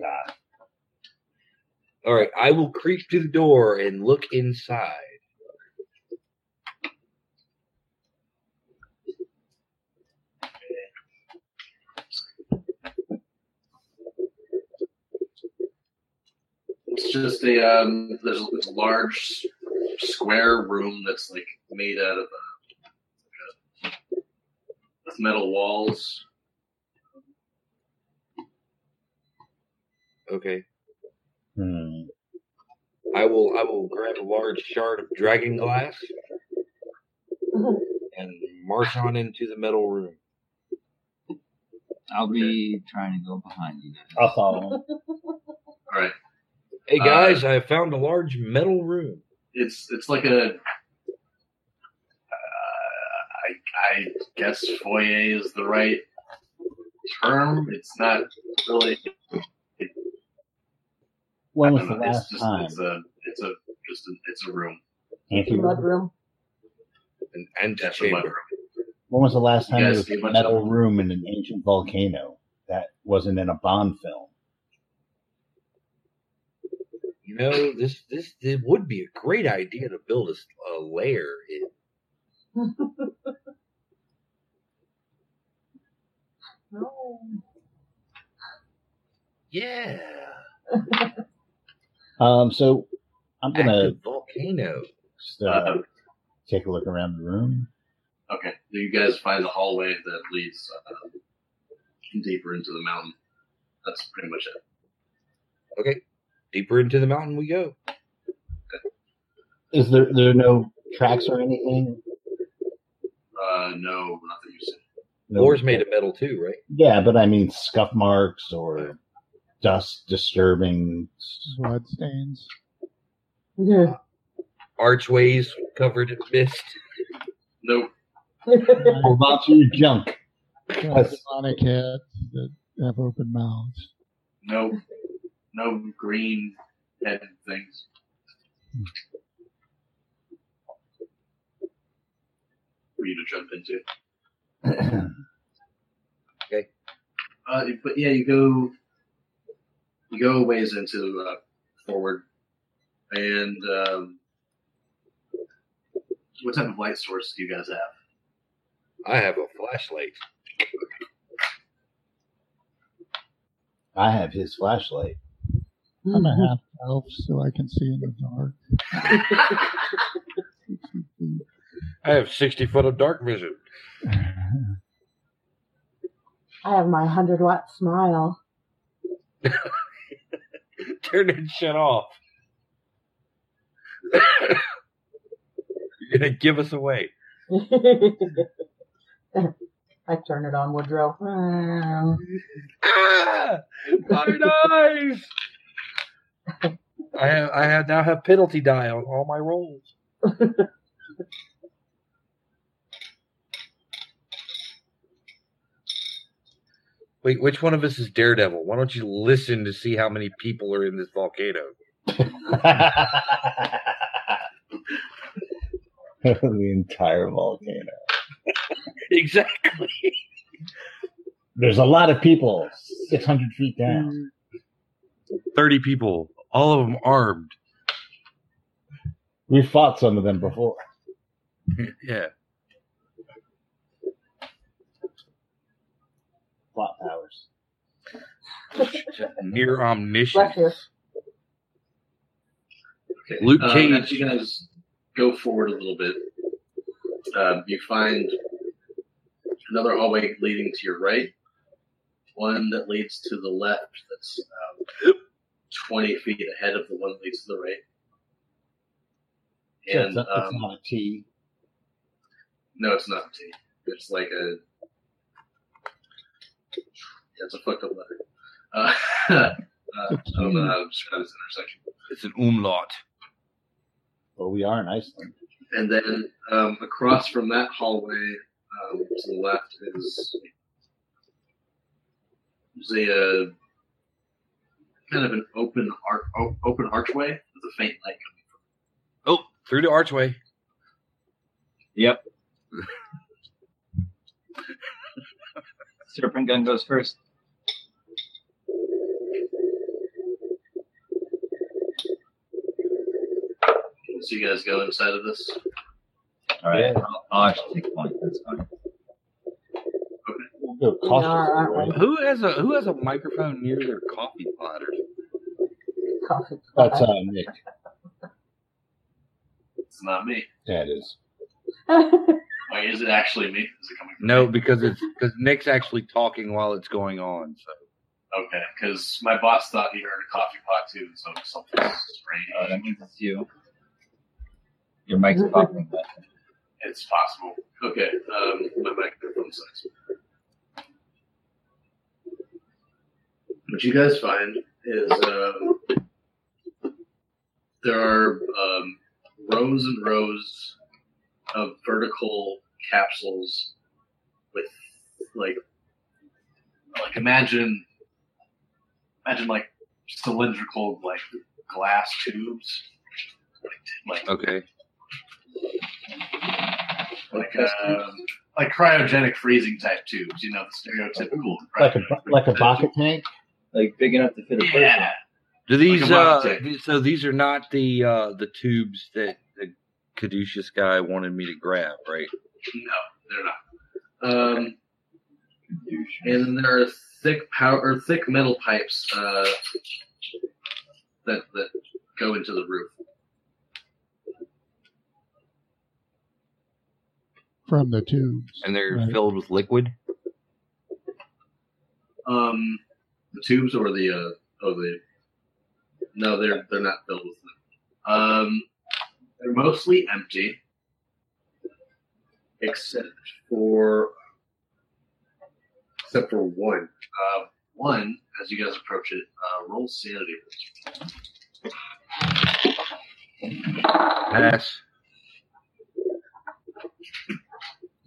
God. All right, I will creep to the door and look inside. it's just a um, there's a, there's a large square room that's like made out of uh, with metal walls. Okay, Hmm. I will I will grab a large shard of dragon glass and march on into the metal room. I'll be trying to go behind you. Oh. I'll follow him. All right, Hey guys, I have found a large metal room. it's it's like a. Uh, I, I guess foyer is the right term. It's not really. I When was don't the know, it's last just time? it's a it's a just a, it's a room. Anthony, when mudroom. An That's a mudroom. antechamber. was the last time You there guys was see a much metal of- room in an ancient volcano that wasn't in a Bond film? You know, this this it would be a great idea to build a, s- a lair. In. No. Yeah, Um, so I'm gonna active volcano. just, uh, Uh, take a look around the room. Okay. So you guys find a hallway that leads uh, deeper into the mountain. That's pretty much it. Deeper into the mountain we go. Is there there are no tracks or anything? Uh, no, not that you said. No, Floor's made of metal too, right? Yeah, but I mean scuff marks or dust disturbing. blood stains. Yeah. Archways covered in mist. Nope. Right? Lots of junk. Demonic heads that have open mouths. No. No green headed things. For you to jump into. Uh, but yeah, you go. You go a ways into uh, forward, and um, what type of light source do you guys have? I have a flashlight. I have his *laughs* flashlight. I'm Mm-hmm. a half elf, so I can see in the dark. I have 60 foot of dark vision. I have my 100 watt smile. *laughs* Turn that shit off. You're going to give us away. I turn it on, Woodrow. Um, Ah, my knife! I have, I have now have penalty die on all my rolls. *laughs* Wait, which one of us is Daredevil? Why don't you listen to see how many people are in this volcano? the entire volcano. Exactly. There's a lot of people, 600 feet down. Thirty people, all of them armed. We fought some of them before. *laughs* yeah. Plot powers. Near omniscient. bless you. Okay. Luke um, Cage. As you guys go forward a little bit, um, you find another hallway leading to your right, one that leads to the left that's um, 20 feet ahead of the one that leads to the right. So And it's, not, it's um, not a T. no, it's not T. It's like a. Yeah, it's a fucked up letter. Uh, *laughs* uh, I don't know how to describe this intersection. It's an umlaut. Well, we are in Iceland. And then um, across from that hallway um, to the left is is a uh, kind of an open ar- o- open archway with a faint light. Oh, through the archway. Yep. Serpent gun goes first. So you guys go inside of this. All right. I'll, I'll actually take one. That's fine. We'll go We are, cautiously, aren't right? Who has a who has a microphone near their coffee pot or something? Coffee. *laughs* That's uh, Nick. It's not me. That is. Oh, Wait, is it actually me? Is it coming? From No, me? because it's because Nick's actually talking while it's going on. So Okay, because my boss thought he heard a coffee pot too, so something strange. Uh, that means it's you. Your mic's popping. but- It's possible. Okay, um, my microphone sucks. What you guys find is uh, there are um, rows and rows of vertical capsules with like like imagine imagine like cylindrical like glass tubes like like okay, like um, like cryogenic freezing type tubes. You know, the stereotypical Like a, cryogenic like a freezing bucket tank? Like big enough to fit type tube. a person. Yeah, do these Like a uh rocket. th- so these are not the uh the tubes that the caduceus guy wanted me to grab, right? no, they're not. Um, and then there are thick power or thick metal pipes uh, that that go into the roof. from the tubes. And they're Right. filled with liquid. Um, the tubes or the uh, oh the no, they're they're not filled with them. Um, they're mostly empty, except for except for one. Uh, one, as you guys approach it, uh, roll sanity. Pass.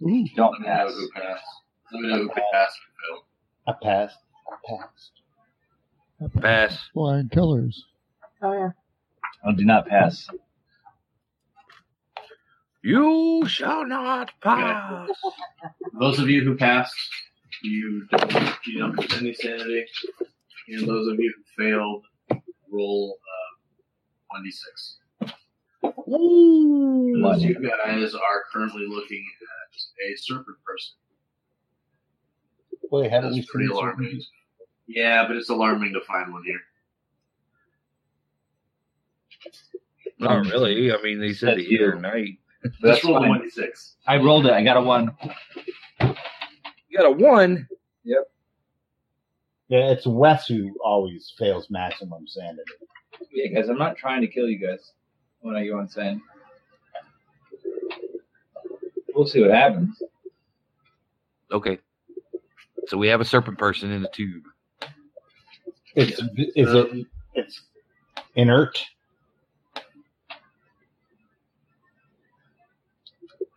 Let Don't me know pass. who passed. Let me know who passed. Who failed. I passed. I passed. Pass. Flying colors. oh yeah. Oh, do not pass. You shall not pass. Those of you who passed, you don't, you don't lose any sanity, and those of you who failed, roll uh, one d six. Those Money. you guys are currently looking at a serpent person. Wait, haven't we That's pretty seen alarming. something? Yeah, but it's alarming to find one here. Not really. I mean, they said That's the other you. night. That's Just roll fine. one d six. I rolled it. I got a one. You got a one. Yeah, it's Wes who always fails maximum sanity. Yeah, guys, I'm not trying to kill you guys. What are you on saying? We'll see what happens. Okay. So we have a serpent person in a tube. It's is it it's inert?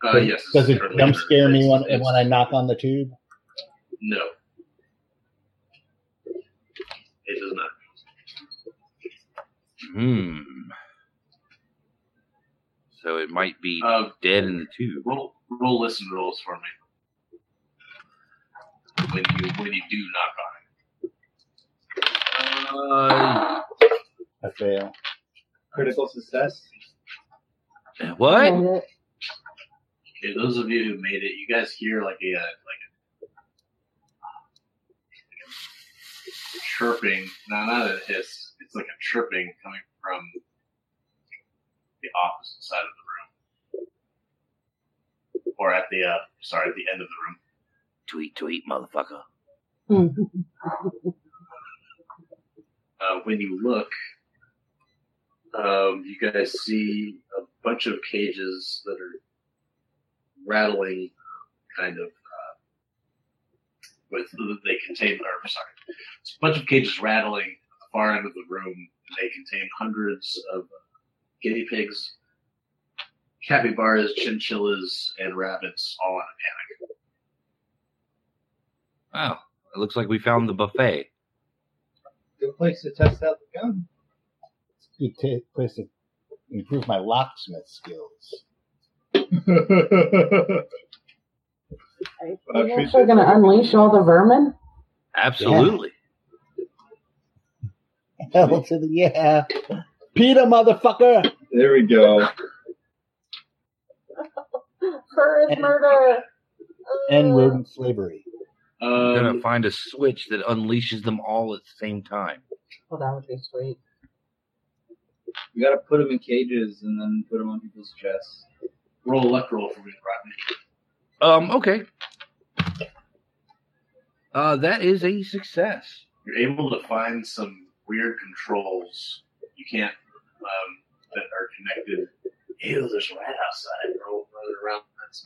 Uh, yes. Does it certainly jump there. scare me It's- when it's- when I knock on the tube? No. It does not. Hmm. So it might be Uh, dead in the tube. roll, roll listen rolls for me. When you when you do knock on it, Uh, I fail. Critical success. what? And it- okay, those of you who made it, you guys hear like a uh, like a chirping. No, not a hiss. It's like a chirping coming from the opposite side of the room, or at the uh, sorry, at the end of the room. Tweet, tweet, motherfucker. Hmm. uh, when you look, um, you guys see a bunch of cages that are rattling, kind of, uh, with they contain, or sorry, it's a bunch of cages rattling at the far end of the room. They contain hundreds of uh, guinea pigs, capybaras, chinchillas, and rabbits, all on a Wow. It looks like we found the buffet. Good place to test out the gun. Good ta- place to improve my locksmith skills. *laughs* Are you actually going to unleash all the vermin? Absolutely. Hell to the yeah, Peter motherfucker. There we *laughs* go. Fur is And- murder. and Uh, rodent slavery. We're panel. gonna find a switch that unleashes them all at the same time. Well, that would be sweet. You gotta put them in cages and then put them on people's chests. roll a luck roll for me, Rodney. Um, okay. Uh, that is a success. you're able to find some weird controls you can't um, that are connected. Ew, there's a rat outside. Roll another round. That's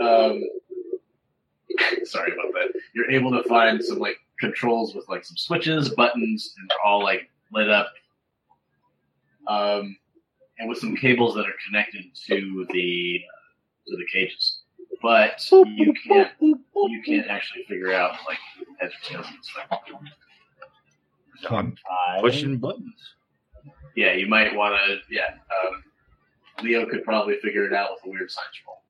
all right. Um, sorry about that. You're able to find some like controls with like some switches, buttons, and they're all like lit up. Um, and with some cables that are connected to the to the cages, but you can't you can't actually figure out like heads or tails and stuff. Can I? Pushing buttons. Yeah, you might want to. Yeah, um, Leo could probably figure it out with a weird science roll.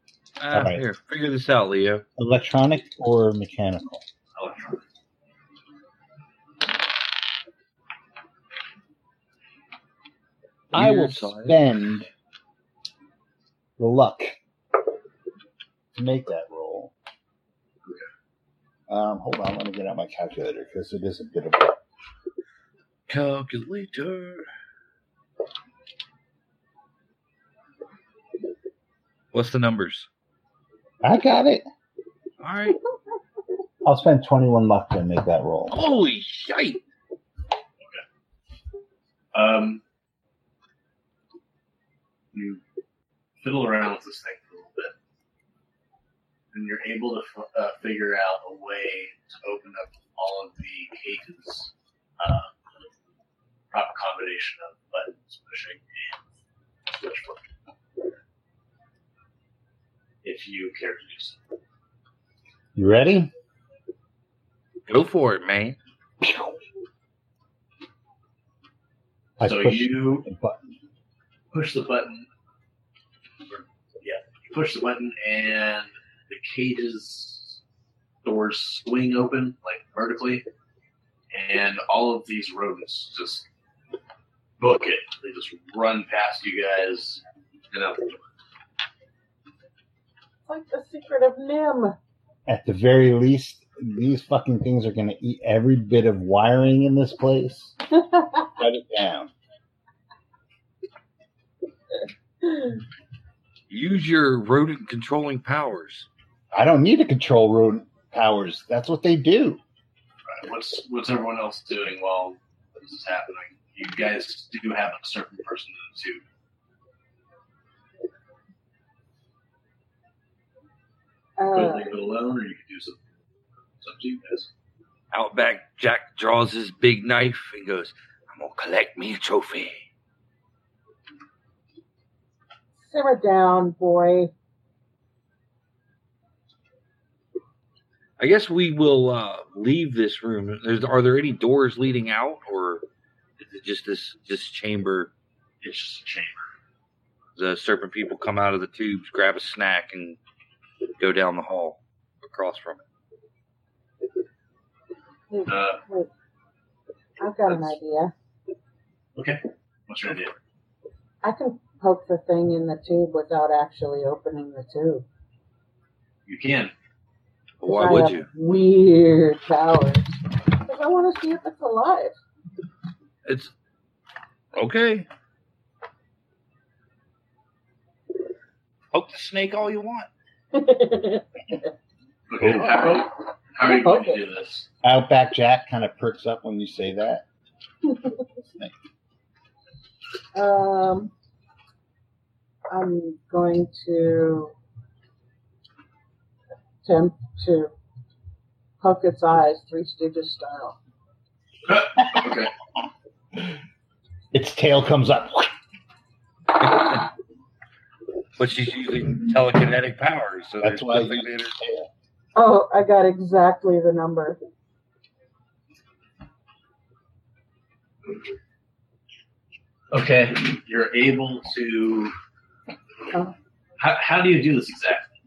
Ah, All right. Here, figure this out, Leo. Electronic or mechanical? Electronic. I will Weird side. spend the luck to make that roll. Um, hold on, let me get out my calculator because it is a bit of a Calculator. What's the numbers? I got it. All right. I'll spend 21 luck to make that roll. Holy shite! Um, you fiddle around with this thing for a little bit, and you're able to f- uh, figure out a way to open up all of the cages. Uh, proper combination of buttons pushing and switch flipping. If you care to do so. You ready? Go for it, man. I so push you the button. push the button. or- Yeah, you push the button, and the cage's doors swing open like vertically, and all of these rodents just book it. They just run past you guys and out the door. It's like the secret of *gasps* Nim. At the very least, these fucking things are going to eat every bit of wiring in this place. *laughs* Shut it down. Use your rodent controlling powers. I don't need to control rodent powers. That's what they do. Right, What's what's everyone else doing while this is happening? You guys do have a certain person in the tube. Uh. could leave it alone, or you could do something. It's up to you guys. Out back, Jack draws his big knife and goes, I'm going to collect me a trophy. Simmer down, boy. I guess we will uh, leave this room. There's, are there any doors leading out, or is it just this just chamber? It's just a chamber. The serpent people come out of the tubes, grab a snack, and go down the hall across from it. Uh, I've got an idea. okay. What's your idea? I can poke the thing in the tube without actually opening the tube. You can. But why I would have you? Weird powers. Because I want to see if it's alive. *laughs* It's okay. Poke the snake all you want. Okay. Cool. How, how are you going to do this? Outback Jack kind of perks up when you say that. um, I'm going to attempt to poke its eyes, Three Stooges style. Okay. Its tail comes up. But she's using telekinetic powers, so That's there's why nothing you- there. Oh, I got exactly the number. Okay. You're able to. Huh? How, how do you do this exactly?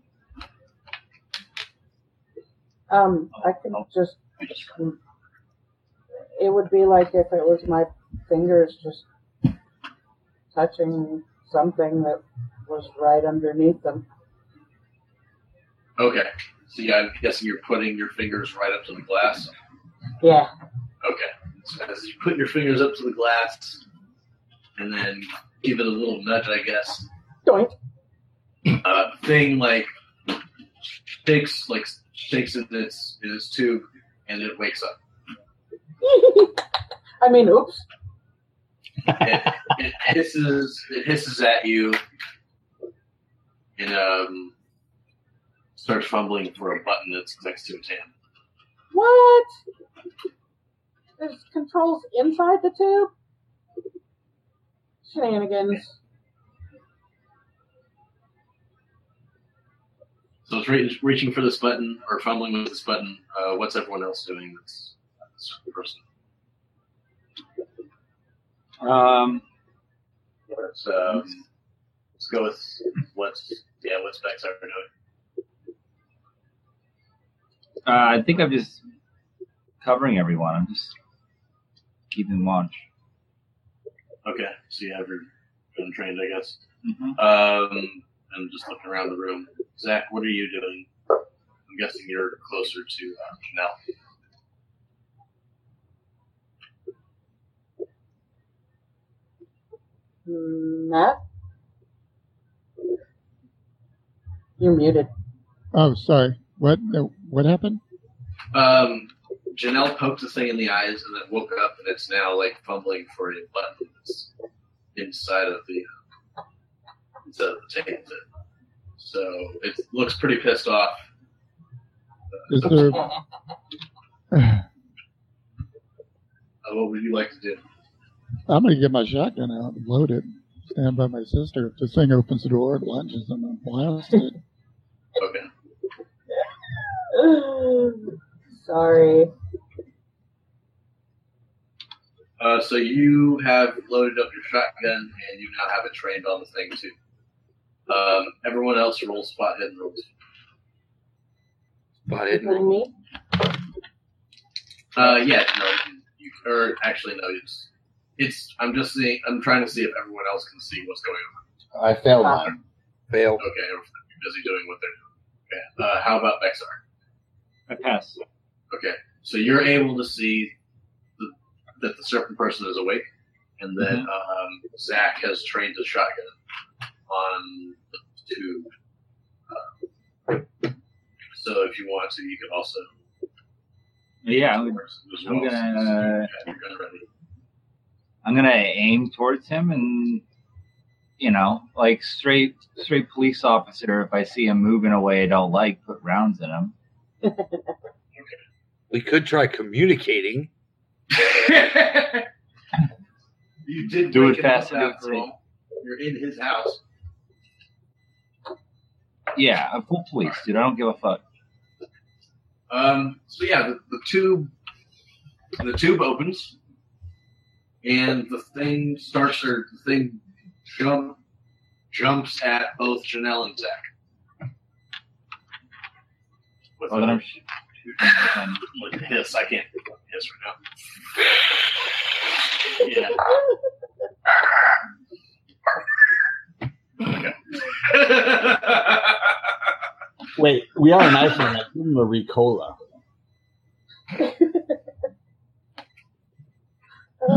Um, I can just, I just- it would be like if it was my fingers just touching something that was right underneath them. Okay. So yeah, I'm guessing you're putting your fingers right up to the glass. Yeah. Okay. So as you put your fingers up to the glass and then give it a little nudge, I guess, Doink. *laughs* uh, thing like shakes like shakes in its in its tube and it wakes up. I mean, oops. It, it hisses it hisses at you and um starts fumbling for a button that's next to its hand. What? There's controls inside the tube? Shenanigans. So it's re- reaching for this button or fumbling with this button. Uh, what's everyone else doing? That's this person. Um, Let's, uh, let's go with what's yeah, what's Bex ever doing. uh, I think I'm just covering everyone. I'm just keeping watch. Okay, so you have your been trained, I guess. Mm-hmm. Um, and just looking around the room, Zach, what are you doing? I'm guessing you're closer to uh, Janelle. Hmm, Matt? You're muted. *sighs* Oh, sorry. What? No, What happened? Um, Janelle poked the thing in the eyes, and it woke up, and it's now like fumbling for a button that's inside of the uh, inside of the table. So it looks pretty pissed off. Is *sighs* there? Uh, what would you like to do? I'm gonna get my shotgun out and load it. Stand by my sister. If this thing opens the door and lunges, I'm gonna blast it. Okay. Sorry. Uh, so you have loaded up your shotgun, and you now have it trained on the thing too. Um, everyone else roll spot hidden rolls. But it, Including me? *laughs* Uh, yeah, no, you, you, or actually no, it's it's. I'm just seeing. I'm trying to see if everyone else can see what's going on. I failed mine. fail. Okay, or if they're busy doing what they're doing. Okay. Uh, how about Bexar? I pass. Okay, so you're able to see the, that the serpent person is awake, and Mm-hmm. that um, Zach has trained his shotgun on the tube. Uh, so if you want to, you can also. Yeah, I'm, As I'm well. gonna- uh, Yeah, you're gonna ready. I'm gonna aim towards him and you know, like straight straight police officer. If I see him moving away, I don't like put rounds in him. We could try communicating. *laughs* you did Do it break in fast after enough to- all. You're in his house. Yeah, I'm full police, dude. I don't give a fuck. Um, so yeah, the, the tube the tube opens, and the thing starts or the thing jump jumps at both Janelle and Zach. With, Well, Oh, then I'm a, sh- with a hiss, I can't think of a hiss right now. Yeah. Okay. Wait, we are in Iceland. I Give him a Ricola. I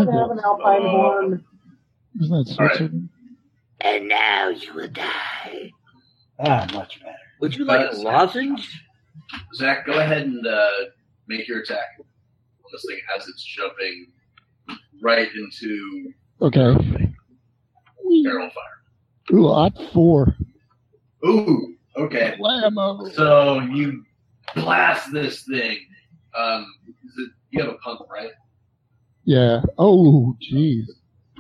don't have an alpine Uh, horn. Isn't that All right. Switzerland? And now you will die. Ah, much better. Would you like a lozenge? Zach, go ahead and uh, make your attack on this thing as it's jumping right into Okay. barrel fire. Ooh, odd four. Ooh, okay. Whammo. So you blast this thing. Um, is it, you have a pump, right? Yeah. Oh, jeez.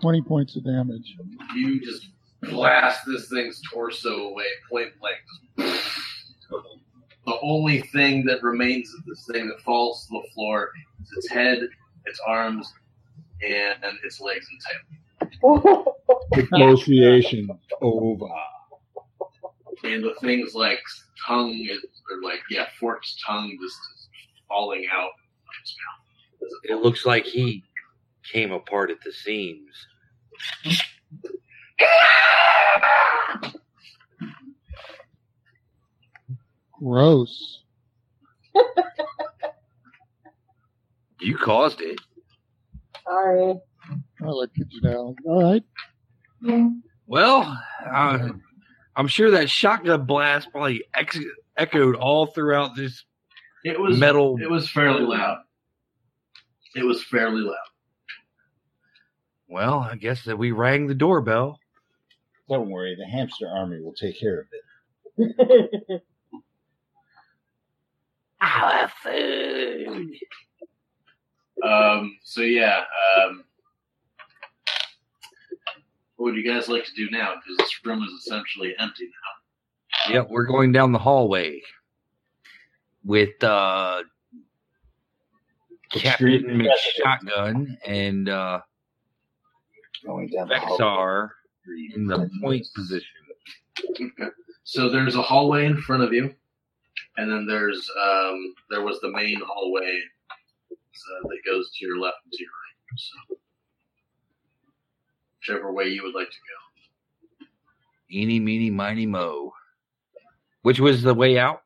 Twenty points of damage. You just blast this thing's torso away, point blank. The only thing that remains of this thing that falls to the floor is its head, its arms, and its legs and tail. Negotiation over. and the things like tongue is or like yeah, forked tongue just is falling out of his It looks like he came apart at the seams. Gross. You caused it. *laughs* Sorry. *laughs* I like it down. All right. Well, uh, I'm sure that shotgun blast probably ex- echoed all throughout this mouth. It was metal. it was fairly loud. It was fairly loud. Well, I guess that we rang the doorbell. Don't worry, the hamster army will take care of it. Our food. Um, so yeah, um, what would you guys like to do now? Because this room is essentially empty now. Yep, we're going down the hallway with uh, Captain Extreme McShotgun and uh, Going down the hall. Vexar in the point position. So there's a hallway in front of you, and then there's um, there was the main hallway uh, that goes to your left and to your right. So whichever way you would like to go. Eeny, meeny, miny, mo. Which was the way out?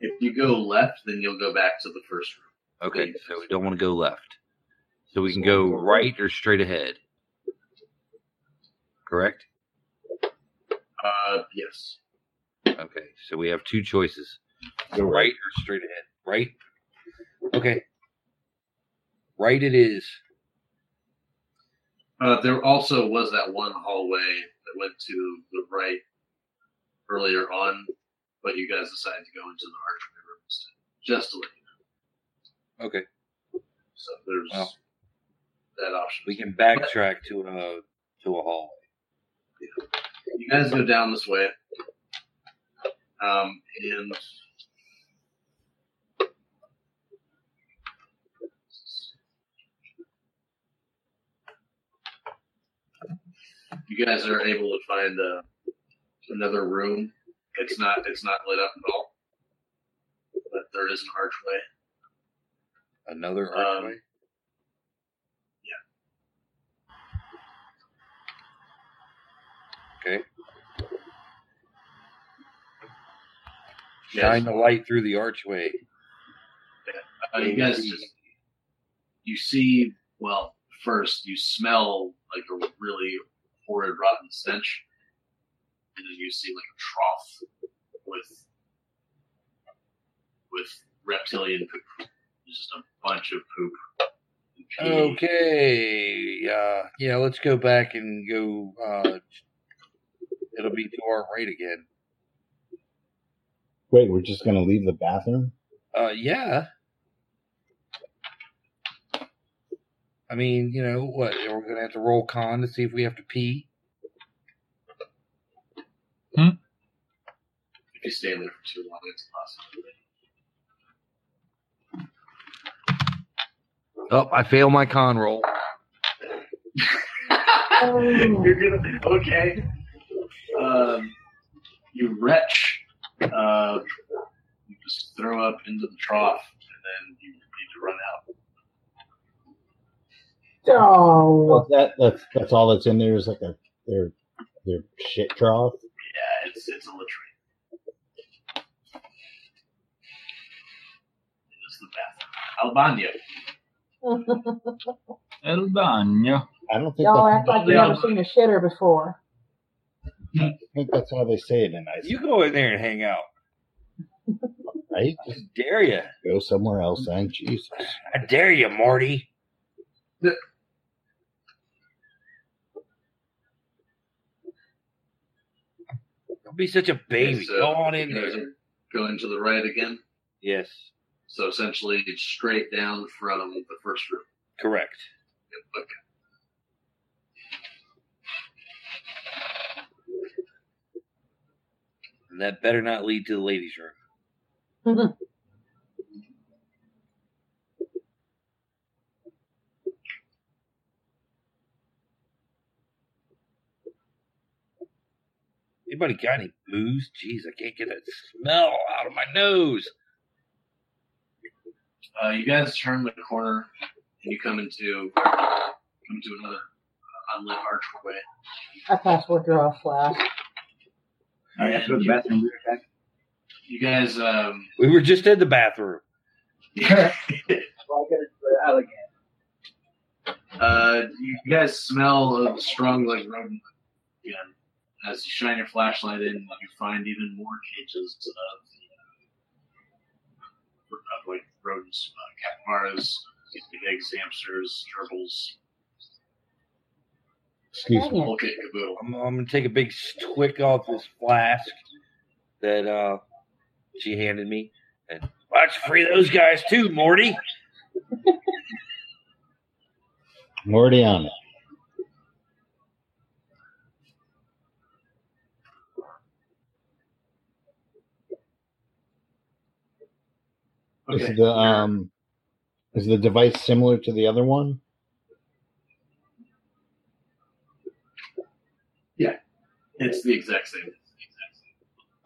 If you go left, then you'll go back to the first room. Okay, so we don't want to go left. So we can go right or straight ahead. Correct? Uh, yes. Okay, so we have two choices go right or straight ahead. Right? Okay. Right it is. Uh, there also was that one hallway that went to the right earlier on, but you guys decided to go into the archway room instead. Just to let you Okay. know. So there's Well. that option. We can backtrack to a to a hallway. you guys go down this way. Um, and you guys are able to find uh, another room. It's not it's not lit up at all, but there is an archway. Another Um, archway. Okay. Yes. Shine the light through the archway. Uh, you guys just you see well first you smell like a really horrid rotten stench and then you see like a trough with with reptilian poop There's just a bunch of poop and Okay. Uh, yeah, let's go back and go. Uh, it'll be to our right again. Wait, we're just gonna leave the bathroom? Uh, yeah. I mean, you know what? We're gonna have to roll con to see if we have to pee. If you stay there for too long, it's possible. Oh, I fail my con roll. You're gonna okay. Um, you retch. Uh, you just throw up into the trough, and then you need to run out. Oh, Well, that that's that's all that's in there is like a their their shit trough. Yeah, it's it's a latrine. It is the bathroom. Albania. El baño. I don't think, y'all that's, act like you haven't seen a shitter before. I think that's how they say it in Iceland. You go in there and hang out. Right? I dare you. Go somewhere else, and Jesus. I dare you, Marty. Don't be such a baby. Yes, uh, Go on in you guys there. are Going to the right again. Yes, So essentially, it's straight down from the first room. correct. Okay. And that better not lead to the ladies' room. Anybody got any booze? Jeez, I can't get that smell out of my nose. Uh, you guys turn the corner and you come into come to another uh, unlit archway. I passed withdraw a flask. All right, I have to go to the bathroom. We'll be right back. You guys, um, *laughs* We were just in the bathroom. uh, you guys smell a strong like rodent again. As you shine your flashlight in, you find even more cages of the uh, of, like rodents, uh, capybaras, pigs, hamsters, gerbils, Excuse me. Dang it. whole kit and caboodle. I'm, I'm gonna take a big swick off this flask that uh, she handed me, and why don't you free those guys too, Morty? Morty on it. Okay, Is the you're- um is the device similar to the other one? it's the exact same.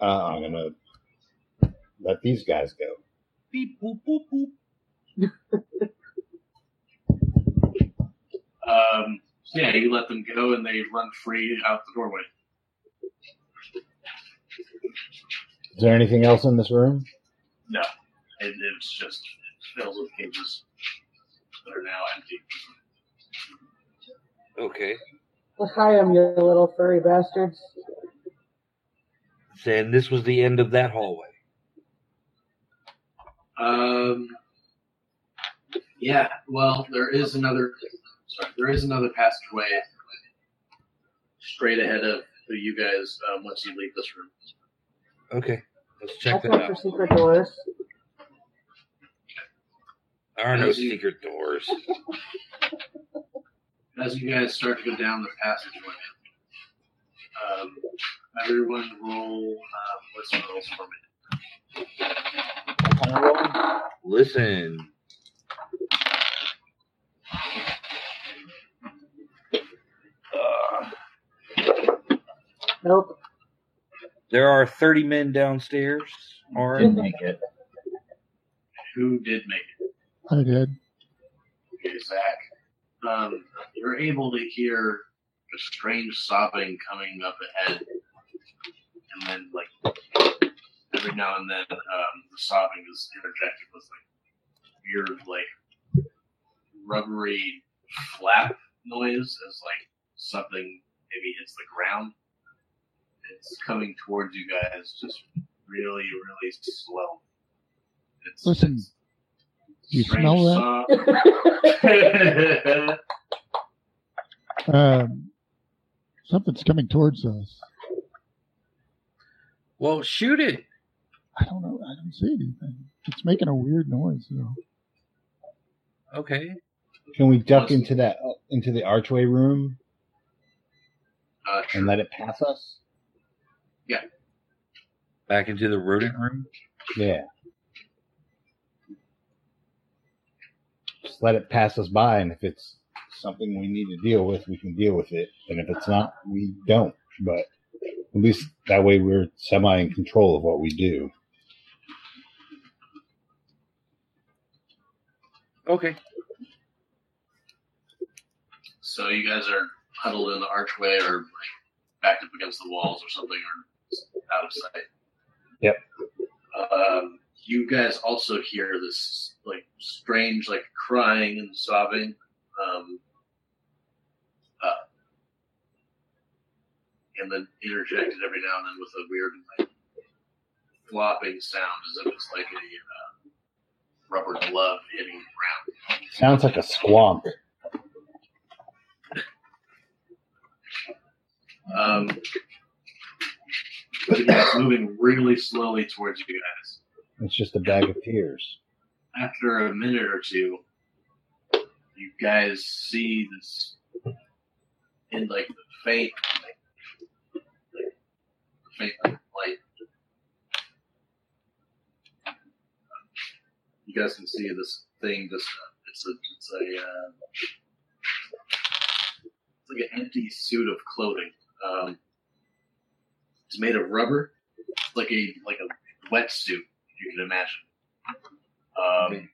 Uh, I'm gonna let these guys go. Beep boop boop boop. Um, so yeah, you let them go and they run free out the doorway. Is there anything else in this room? and it's just filled with cages that are now empty. Okay. Let's hire 'em, you little furry bastards. Then this was the end of that hallway. Um, yeah, well, there is another. Sorry, there is another passageway straight ahead of you guys um, once you leave this room. Okay. Let's check that That's not for out. secret doors. There are no secret doors. As you guys start to go down the passageway, um, everyone roll um, listen rolls for me. Listen. Nope. *laughs* There are 30 men downstairs. All right. Mm-hmm. Didn't make it. Who did make it? I did. Okay, Zach. Um, you're able to hear a strange sobbing coming up ahead, and then like every now and then, um, the sobbing is interjected with like weird, like rubbery flap noise as like something maybe hits the ground. It's coming towards you guys, just really, really slow. It's, Listen. it's You Strange smell that? song. Um, something's coming towards us. Well, shoot it. I don't know. I don't see anything. It's making a weird noise though. Okay. Can we duck into that into the archway room uh, and sure. let it pass us? Back into the rodent room. Yeah. Just let it pass us by, and if it's something we need to deal with, we can deal with it. And if it's not, we don't. But at least that way we're semi in control of what we do. Okay. So you guys are huddled in the archway or like backed up against the walls or something or out of sight. Yep. Um, you guys also hear this like strange like crying and sobbing. Um, uh, and then interjected every now and then with a weird like flopping sound as if it's like a uh, rubber glove hitting the ground. Sounds like a squonk. Um, but yeah, it's moving really slowly towards you guys. It's just a bag of tears. After a minute or two, you guys see this in like the faint, like, like, faint like, light. You guys can see this thing. This uh, it's a it's a uh, it's like an empty suit of clothing. Um, it's made of rubber. It's like a like a wetsuit you can imagine. Um,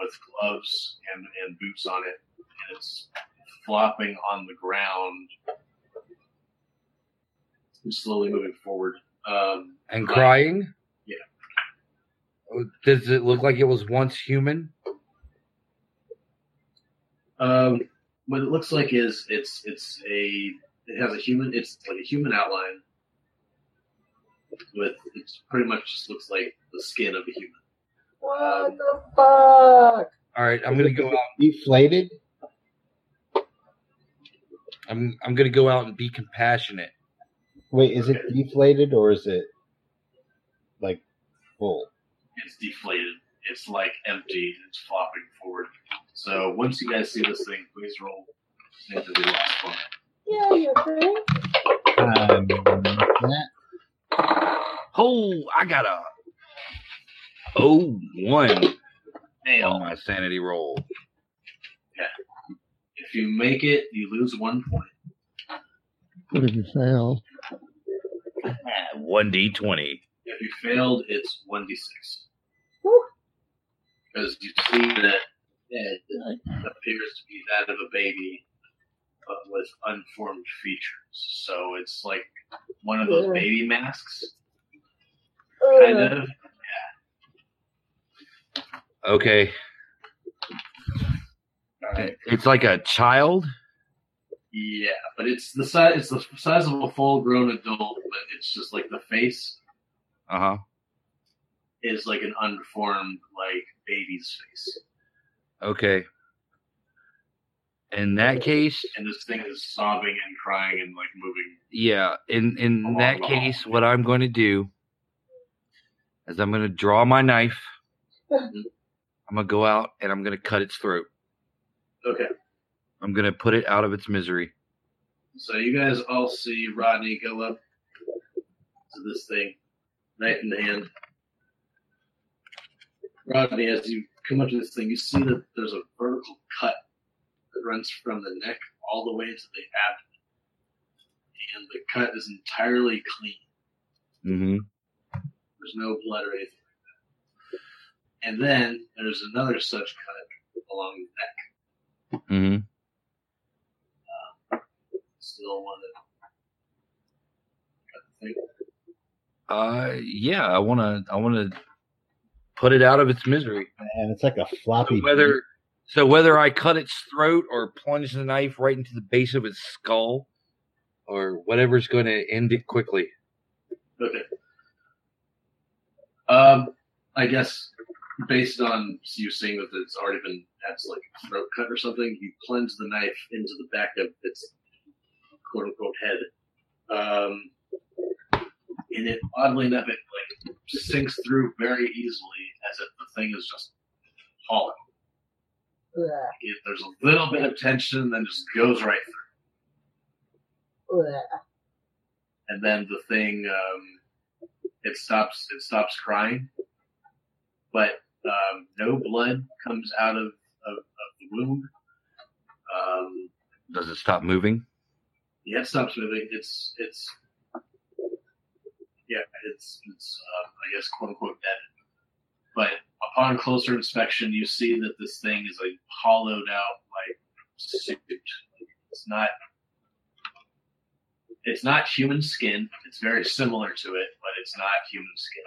with gloves and, and boots on it, and it's flopping on the ground, and slowly moving forward. Um, And crying. Oh, Yeah. Does it look like it was once human? um, what it looks like is it's it's a it has a human it's like a human outline with it's pretty much just looks like the skin of a human. What the fuck? All right. I'm gonna go out. Deflated? I'm I'm gonna go out and be compassionate. Wait, is it deflated or is it like full? it's deflated. It's like empty. It's flopping forward. So once you guys see this thing, please roll into the last one. Yeah, you think? Um, that Oh, I got a oh one on Fail. my sanity roll. If you make it, you lose one point. What if you fail? One d twenty. If you failed, it's one d six. Woo. Because you see that head appears to be that of a baby, but with unformed features. So it's like one of those Yeah. baby masks, Ugh. kind of. Okay. It's like a child. Yeah, but it's the size it's the size of a full grown adult, but it's just like the face Uh huh. is like an unformed like baby's face. Okay. In that case, And this thing is sobbing and crying and like moving. yeah. In in that case, what I'm going to do is I'm going to draw my knife. I'm going to go out and I'm going to cut its throat. Okay. I'm going to put it out of its misery. So you guys all see Rodney go up to this thing, knife in the hand. Rodney, as you come up to this thing, you see that there's a vertical cut that runs from the neck all the way to the abdomen. And the cut is entirely clean. Mm-hmm. There's no blood or anything like that. And then there's another such cut along the neck. Mm-hmm. Still one that cut the thing. Uh, yeah. I want to. I want to put it out of its misery. and it's like a floppy. whether so whether I cut its throat or plunge the knife right into the base of its skull or whatever's going to end it quickly. Okay. Um, I guess based on you seeing that it's already been that's like a throat cut or something, you plunge the knife into the back of its quote unquote head. Um, and it oddly enough it like sinks through very easily as if the thing is just hauling. Ugh, It, there's a little bit of tension, then just goes right through. ugh. And then the thing um, it stops it stops crying. But um, no blood comes out of, of, of the wound. Um, Does it stop moving? Yeah, it stops moving. It's it's yeah, it's it's uh, I guess quote unquote dead. But upon closer inspection, you see that this thing is like hollowed out like suit. It's not it's not human skin. It's very similar to it, but it's not human skin.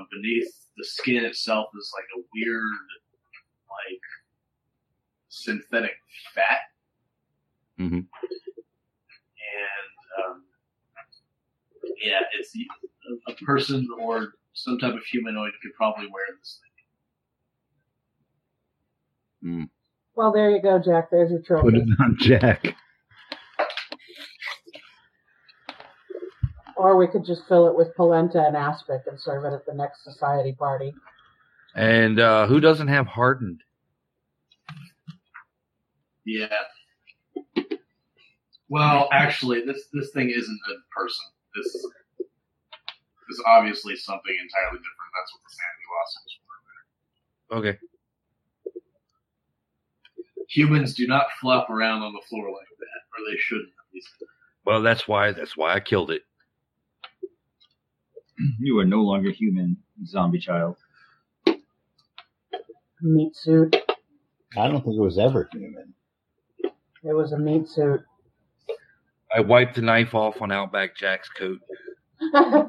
Um, beneath the skin itself is like a weird like synthetic fat and um, yeah, it's a- a person or some type of humanoid could probably wear this thing. Well, there you go, Jack. There's your Put trophy. it on Jack. Or we could just fill it with polenta and aspic and serve it at the next society party. And uh, who doesn't have hardened? Yeah. Well, actually, this this thing isn't a person. This is obviously something entirely different. That's what the sanity loss is for. Okay. Humans do not flop around on the floor like that, or they shouldn't. At least. Well, that's why that's why I killed it. You are no longer human, zombie child. Meat suit. I don't think it was ever human. It was a meat suit. *laughs* I wiped the knife off on Outback Jack's coat. Oh, Mm,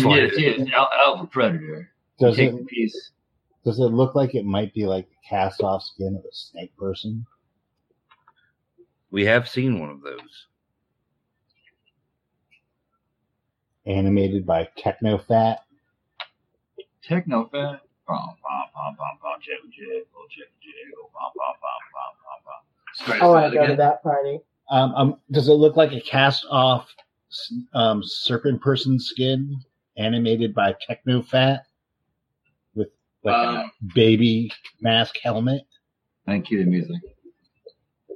Slide yes, yes, al- alpha predator. You Does Take it the piece. does it look like it might be like the cast off skin of a snake person? We have seen one of those. Animated by Techno Fat. Techno fat. Bom, bom, bom, bom, bom, jiggle, jiggle, jiggle, jiggle, bom, bom, bom, bom, bom, bom. Sorry, Oh, say I want that to go to again. that party. *clears throat* Um, um, does it look like a cast off um, serpent person skin animated by Techno Fat with like Um. a baby mask helmet? Thank you, the music.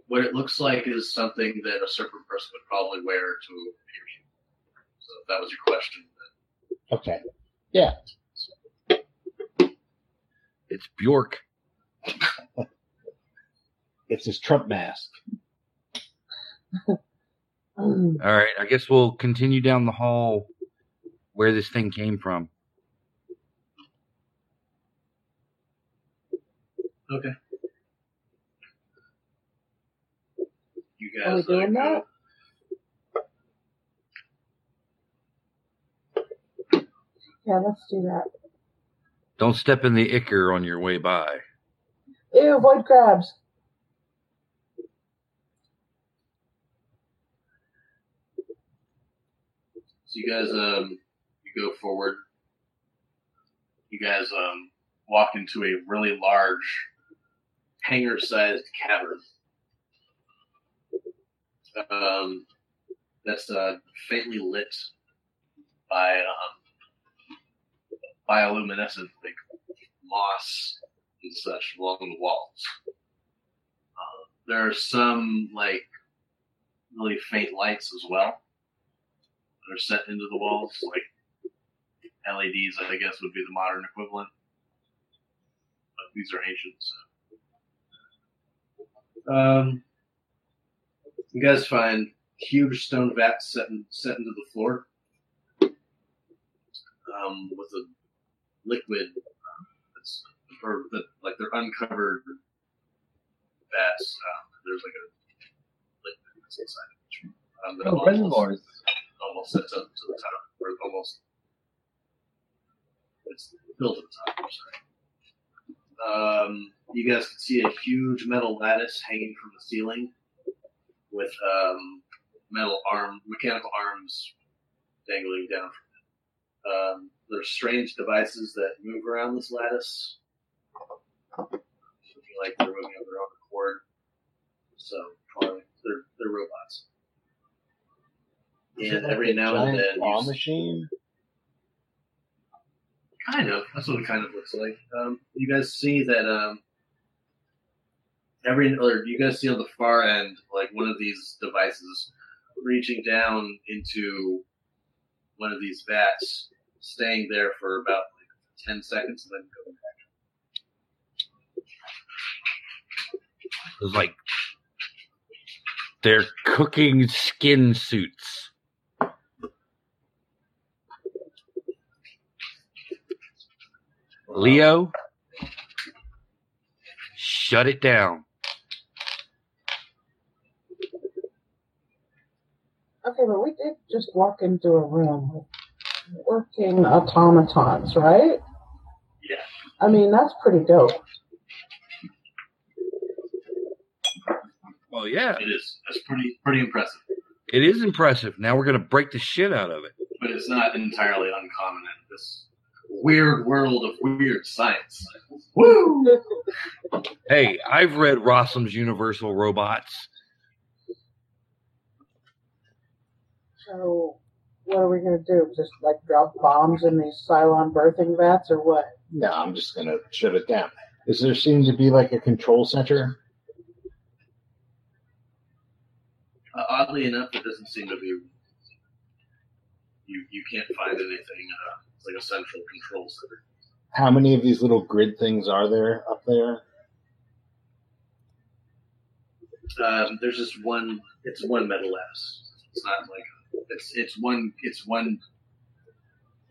What it looks like is something that a serpent person would probably wear to appear human. So if that was your Okay. question. It's Bjork. It's his Trump mask. Mm. All right, I guess we'll continue down the hall where this thing came from. You Are we guys doing uh, that? Yeah, let's do that. Don't step in the ichor on your way by. Ew, avoid crabs. So you guys, um, you go forward. You guys um, walk into a really large hangar-sized cavern. Um, that's uh, faintly lit by um, bioluminescent like moss and such along the walls. Uh, there are some like really faint lights as well that are set into the walls, like LEDs, I guess would be the modern equivalent. But these are ancient. So. Um, you guys find huge stone vats set, in, set into the floor um, with a liquid um, that's or that like they're uncovered vats. Um, there's like a liquid that's inside of each one. Um, that Oh, almost- reservoirs. almost sits up to the top, or almost it's built to the top. I'm sorry. Um, you guys can see a huge metal lattice hanging from the ceiling with um, metal arm, mechanical arms dangling down from it. Um, there's strange devices that move around this lattice. feel like they're moving of their own accord. So probably they're they're robots. Is it And like every a now and giant then, claw you- machine. kind of that's what it kind of looks like. Um, you guys see that um, every or you guys see on the far end like one of these devices reaching down into one of these vats, staying there for about like ten seconds, and then going It's like they're cooking skin suits. Leo, shut it down. Okay, but we did just walk into a room with working automatons, right? Yeah. I mean, that's pretty dope. Well, yeah, It is. That's pretty pretty impressive. it is impressive. Now we're gonna break the shit out of it. But it's not entirely uncommon in this weird world of weird science. Woo! Hey, I've read Rossum's Universal Robots. So, what are we gonna do? Just like drop bombs in these Cylon birthing vats, or what? No, I'm just gonna shut it down. Does there seem to be like a control center? Uh, oddly enough, it doesn't seem to be. You you can't find anything uh, it's like a central control center. How many of these little grid things are there up there? Um, there's just one. It's one metal labs. It's not like it's it's one it's one.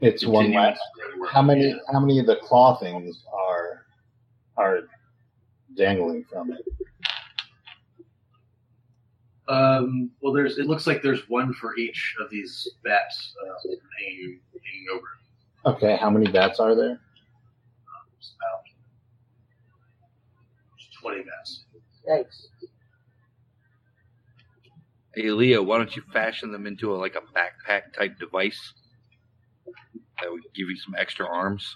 It's one lab. continuous grid work. How many? Yeah. How many of the claw things are are dangling from it? Um, well, there's. It looks like there's one for each of these bats uh, hanging, hanging over. Okay, how many bats are there? It's about twenty bats. Yikes! Hey, Leo, why don't you fashion them into a, like a backpack type device that would give you some extra arms?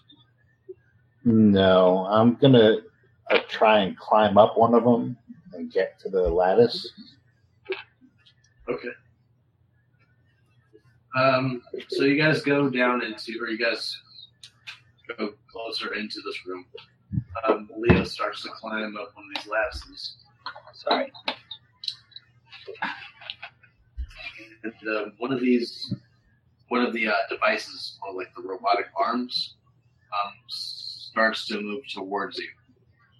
No, I'm gonna uh, try and climb up one of them and get to the lattice. Okay. Um, so you guys go down into, or you guys go closer into this room. Um, Leo starts to climb up one of these lattices. Sorry. And uh, one of these, one of the uh, devices, or like the robotic arms, um, s- starts to move towards you,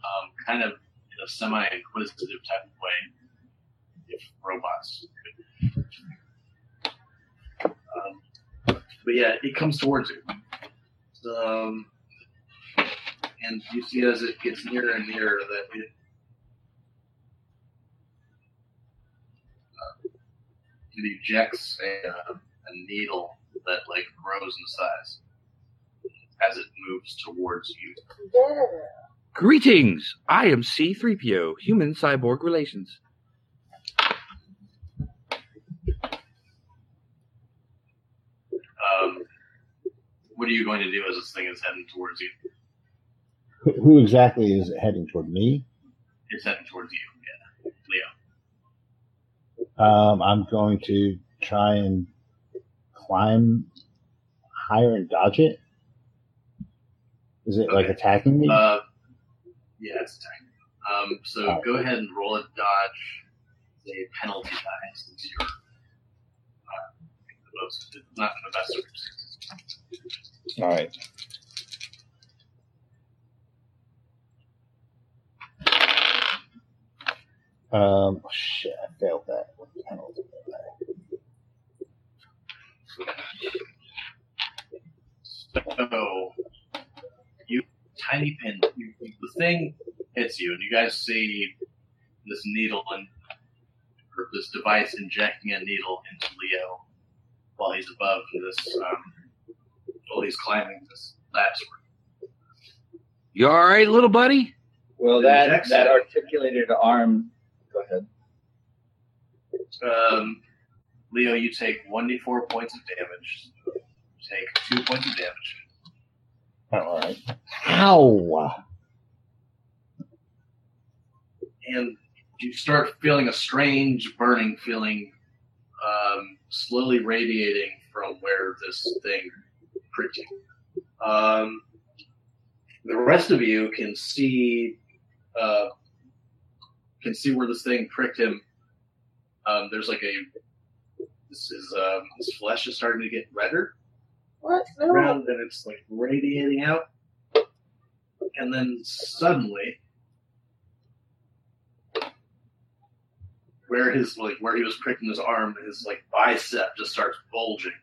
um, kind of in a semi-inquisitive type of way. If robots um, but yeah, it comes towards you. Um, and you see as it gets nearer and nearer that it. uh, It ejects a, uh, a needle that like grows in size as it moves towards you. Yeah. Greetings! I am C3PO, Human Cyborg Relations. Um, what are you going to do as this thing is heading towards you? Who- Who exactly is it heading toward me? It's heading towards you. Yeah, Leo. Um, I'm going to try and climb higher and dodge it. Is it like Okay. attacking me? Uh, yeah, it's attacking. Um, so Alright. go ahead and roll a dodge, a penalty die since you're uh, the most, not in the best circumstances. All right. Um, shit, I failed that. What the hell is that? So you tiny pin, you, the thing hits you, and you guys see this needle and or this device injecting a needle into Leo while he's above this, um, while he's climbing this lattice. You all right, little buddy? Well, that that articulated arm. Go ahead. Um, Leo, you take one d four points of damage. Take two points of damage. Oh, all right. Ow! and you start feeling a strange burning feeling um, slowly radiating from where this thing pricked you. Um, the rest of you can see uh, can see where this thing pricked him. Um, there's like a this is um, his flesh is starting to get redder What? No. around and it's like radiating out. And then suddenly, where his like where he was pricking his arm, his like bicep just starts bulging,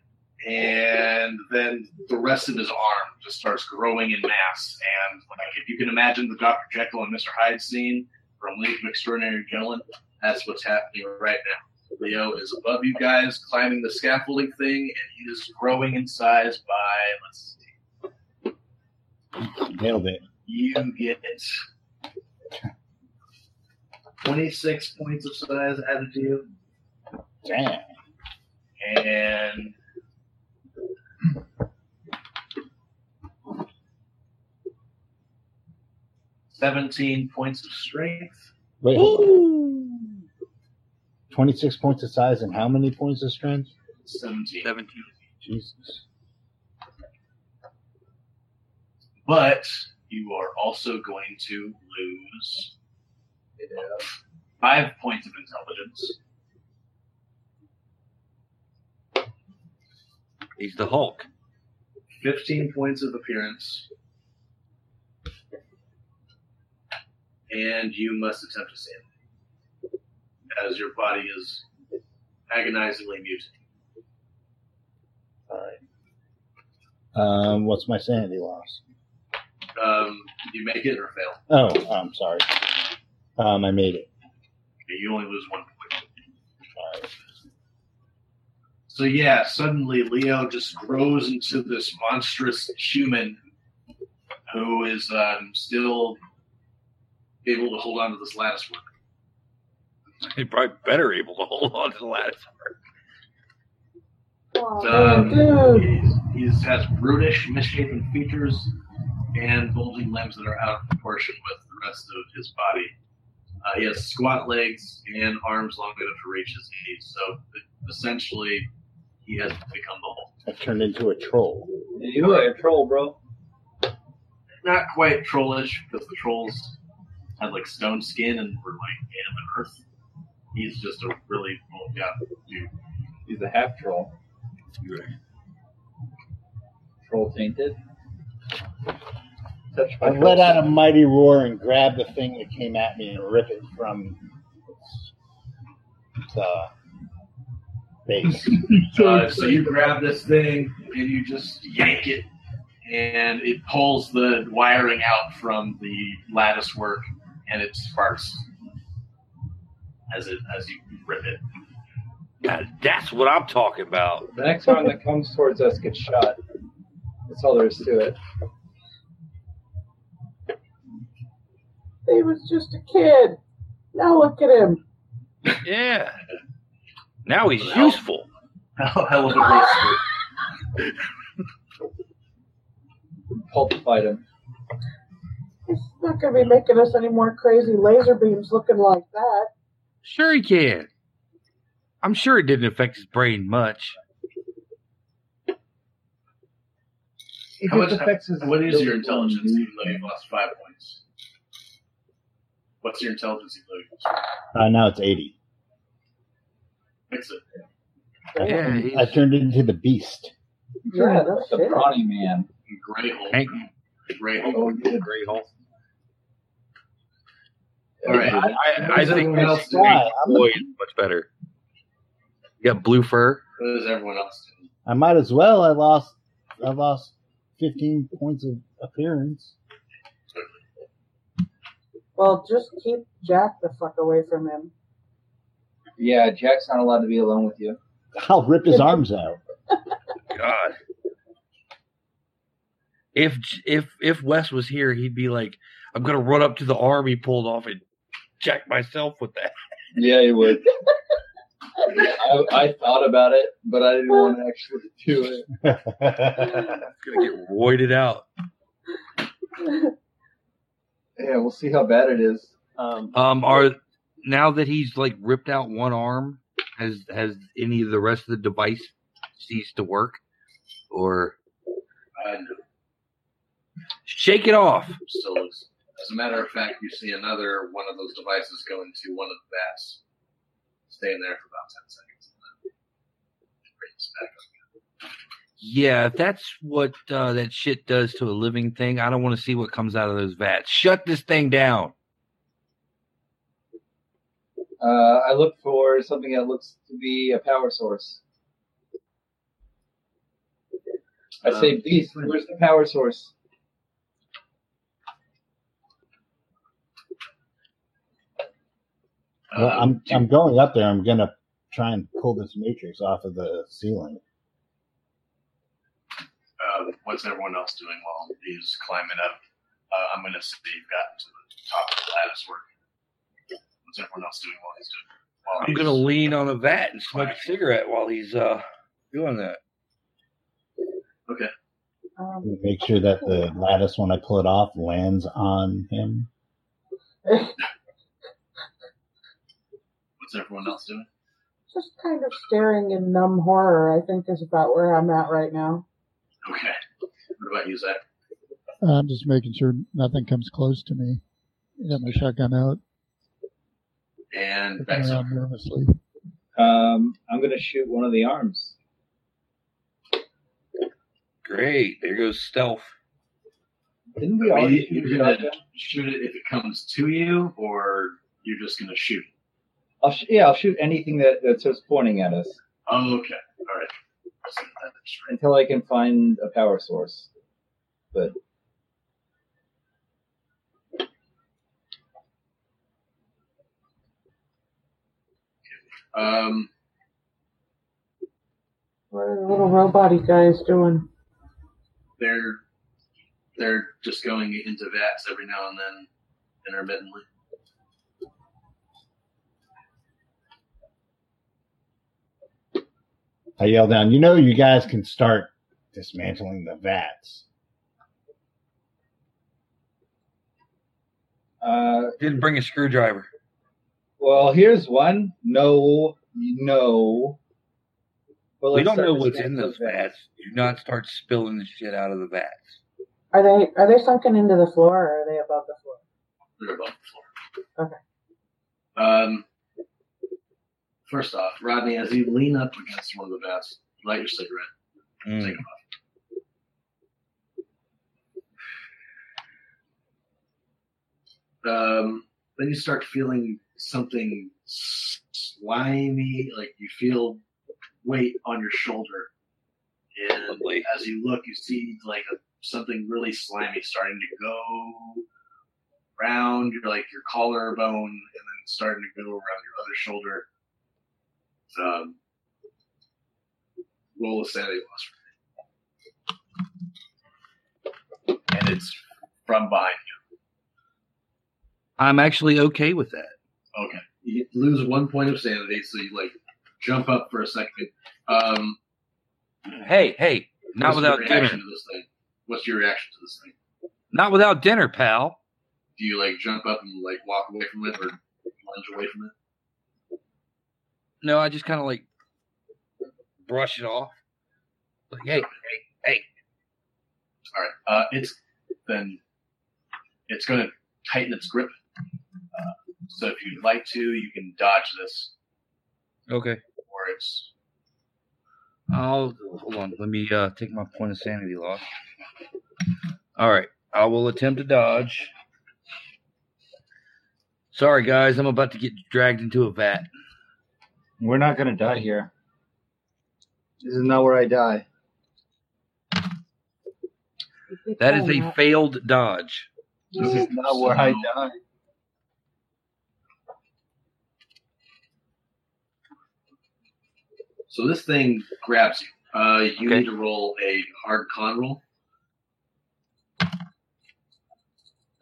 and then the rest of his arm just starts growing in mass. And like if you can imagine the Doctor Jekyll and Mister Hyde scene from League of Extraordinary Gentlemen, that's what's happening right now. Leo is above you guys, climbing the scaffolding thing, and he is growing in size by. Let's see, Nailed it. you get twenty-six points of size added to you, Damn. and seventeen points of strength. Wait, hold on. 26 points of size and how many points of strength? Seventeen. 17. Jesus. but you are also going to lose uh, five points of intelligence. He's the Hulk. *laughs* 15 points of appearance. And you must attempt to save him. As your body is agonizingly mute. Um, what's my sanity loss? Um, you make it or fail. Oh, I'm sorry. Um, I made it. You only lose one point. All right. So, yeah, suddenly Leo just grows into this monstrous human who is um, still able to hold on to this lattice work. He probably better able to hold on to the lattice. Aw, Um, Oh, dude. He's, he's has brutish, misshapen features and bulging limbs that are out of proportion with the rest of his body. Uh, he has squat legs and arms long enough to reach his knees. So essentially, he has become the Hulk. I turned into a troll. You are a troll, bro. Not quite trollish because the trolls had like stone skin and were like animate earth. He's just a really bulged out dude. He's a half troll. Troll tainted. Touched by I troll let out a taint. mighty roar and grabbed the thing that came at me and rip it from its, uh, base. Uh, so you grab this thing and you just yank it, and it pulls the wiring out from the lattice work, and it sparks as it as you rip it. *laughs* Now, that's what I'm talking about. The next one that comes towards us gets shot. That's all there is to it. He was just a kid. Now look at him. Yeah. Now he's Well. useful. How hell of a roast! Pulpified him. He's not going to be making us any more crazy laser beams looking like that. Sure he can. I'm sure it didn't affect his brain much. How much What is your intelligence? Even though you lost five points, what's your intelligence? Even though you lost? Uh, now it's 80. Fix it. Oh, Yeah, he's- I turned into the beast. Yeah, no the shit. brawny man. Gray hole. Hank, Gray hole. Oh, yeah. Gray Hulk. All right. I, I, I Is think everyone else that's doing? Why? I'm boy is much better. You got blue fur. What is everyone else doing? I might as well. I lost. I lost 15 points of appearance. Well, just keep Jack the fuck away from him. Yeah, Jack's not allowed to be alone with you. I'll rip his arms out. God. If if if Wes was here, he'd be like, "I'm gonna run up to the arm he pulled off and jack myself with that." Yeah, you would. I, I thought about it, but I didn't want to actually do it. It's gonna get roided out. Yeah, we'll see how bad it is. Um, Um, are now that he's like ripped out one arm, has has any of the rest of the device ceased to work? Or I know. shake it off. Still is. As a matter of fact, you see another one of those devices go into one of the vats. Stay in there for about 10 seconds. And then brings back up. Yeah, if that's what uh, that shit does to a living thing, I don't want to see what comes out of those vats. Shut this thing down. uh, I look for something that looks to be a power source. I say, Um, Beast, where's the power source? Well, Um, I'm do you- I'm going up there. I'm gonna try and pull this matrix off of the ceiling. uh, what's everyone else doing while he's climbing up? Uh, I'm going to say you've gotten to the top of the lattice work. What's everyone else doing while he's doing while I'm he's- gonna lean on a vat and smoke a cigarette while he's uh doing that. Um, Make sure that the lattice, when I pull it off, lands on him. What's everyone else doing? just kind of staring in numb horror, I think is about where I'm at right now. Okay. What about you, Zach? I'm just making sure nothing comes close to me. I got my shotgun out, And looking Bex, around nervously. Um, I'm gonna shoot one of the arms. Great, there goes stealth. Didn't we Are already you- shoot you're a gonna- shotgun? shoot it if it comes to you, or you're just going to shoot it? I'll sh- yeah, I'll shoot anything that, that starts pointing at us Oh, okay. All right. So that's right. until I can find a power source. But Um, What are the little robot guys doing? they're they're just going into vats every now and then, intermittently. I yell down, you know, you guys can start dismantling the vats. uh, Didn't bring a screwdriver. well, here's one. No, no. But We let's don't start know with what's that. in those vats. Do not start spilling the shit out of the vats. Are they are they sunken into the floor or are they above the floor? They're above the floor. Okay. Um, first off, Rodney, as you lean up against one of the vats, light your cigarette. Mm. um, then you start feeling something slimy, like you feel weight on your shoulder. And Lovely. as you look, you see like a, something really slimy starting to go around your like your collarbone, and then starting to go around your other shoulder. Um, roll a sanity loss, and it's from behind. I'm actually okay with that. Okay. You lose one point of sanity, so you like jump up for a second. Um, Hey, hey, not what's without your dinner. reaction to this thing. What's your reaction to this thing? Not without dinner, pal. Do you like jump up and like walk away from it or lunge away from it? No, I just kind of like brush it off. Like, hey, All right. Uh, it's then it's going to tighten its grip. Uh, so if you'd like to, you can dodge this, okay. or it's I'll hold on. Let me uh, take my point of sanity loss. All right, I will attempt to dodge. Sorry, guys, I'm about to get dragged into a vat. We're not gonna die here. This is not where I die. You keep That is saying a failed dodge. *laughs* This is not where I die. so this thing grabs you. Uh, you Okay. need to roll a hard con roll.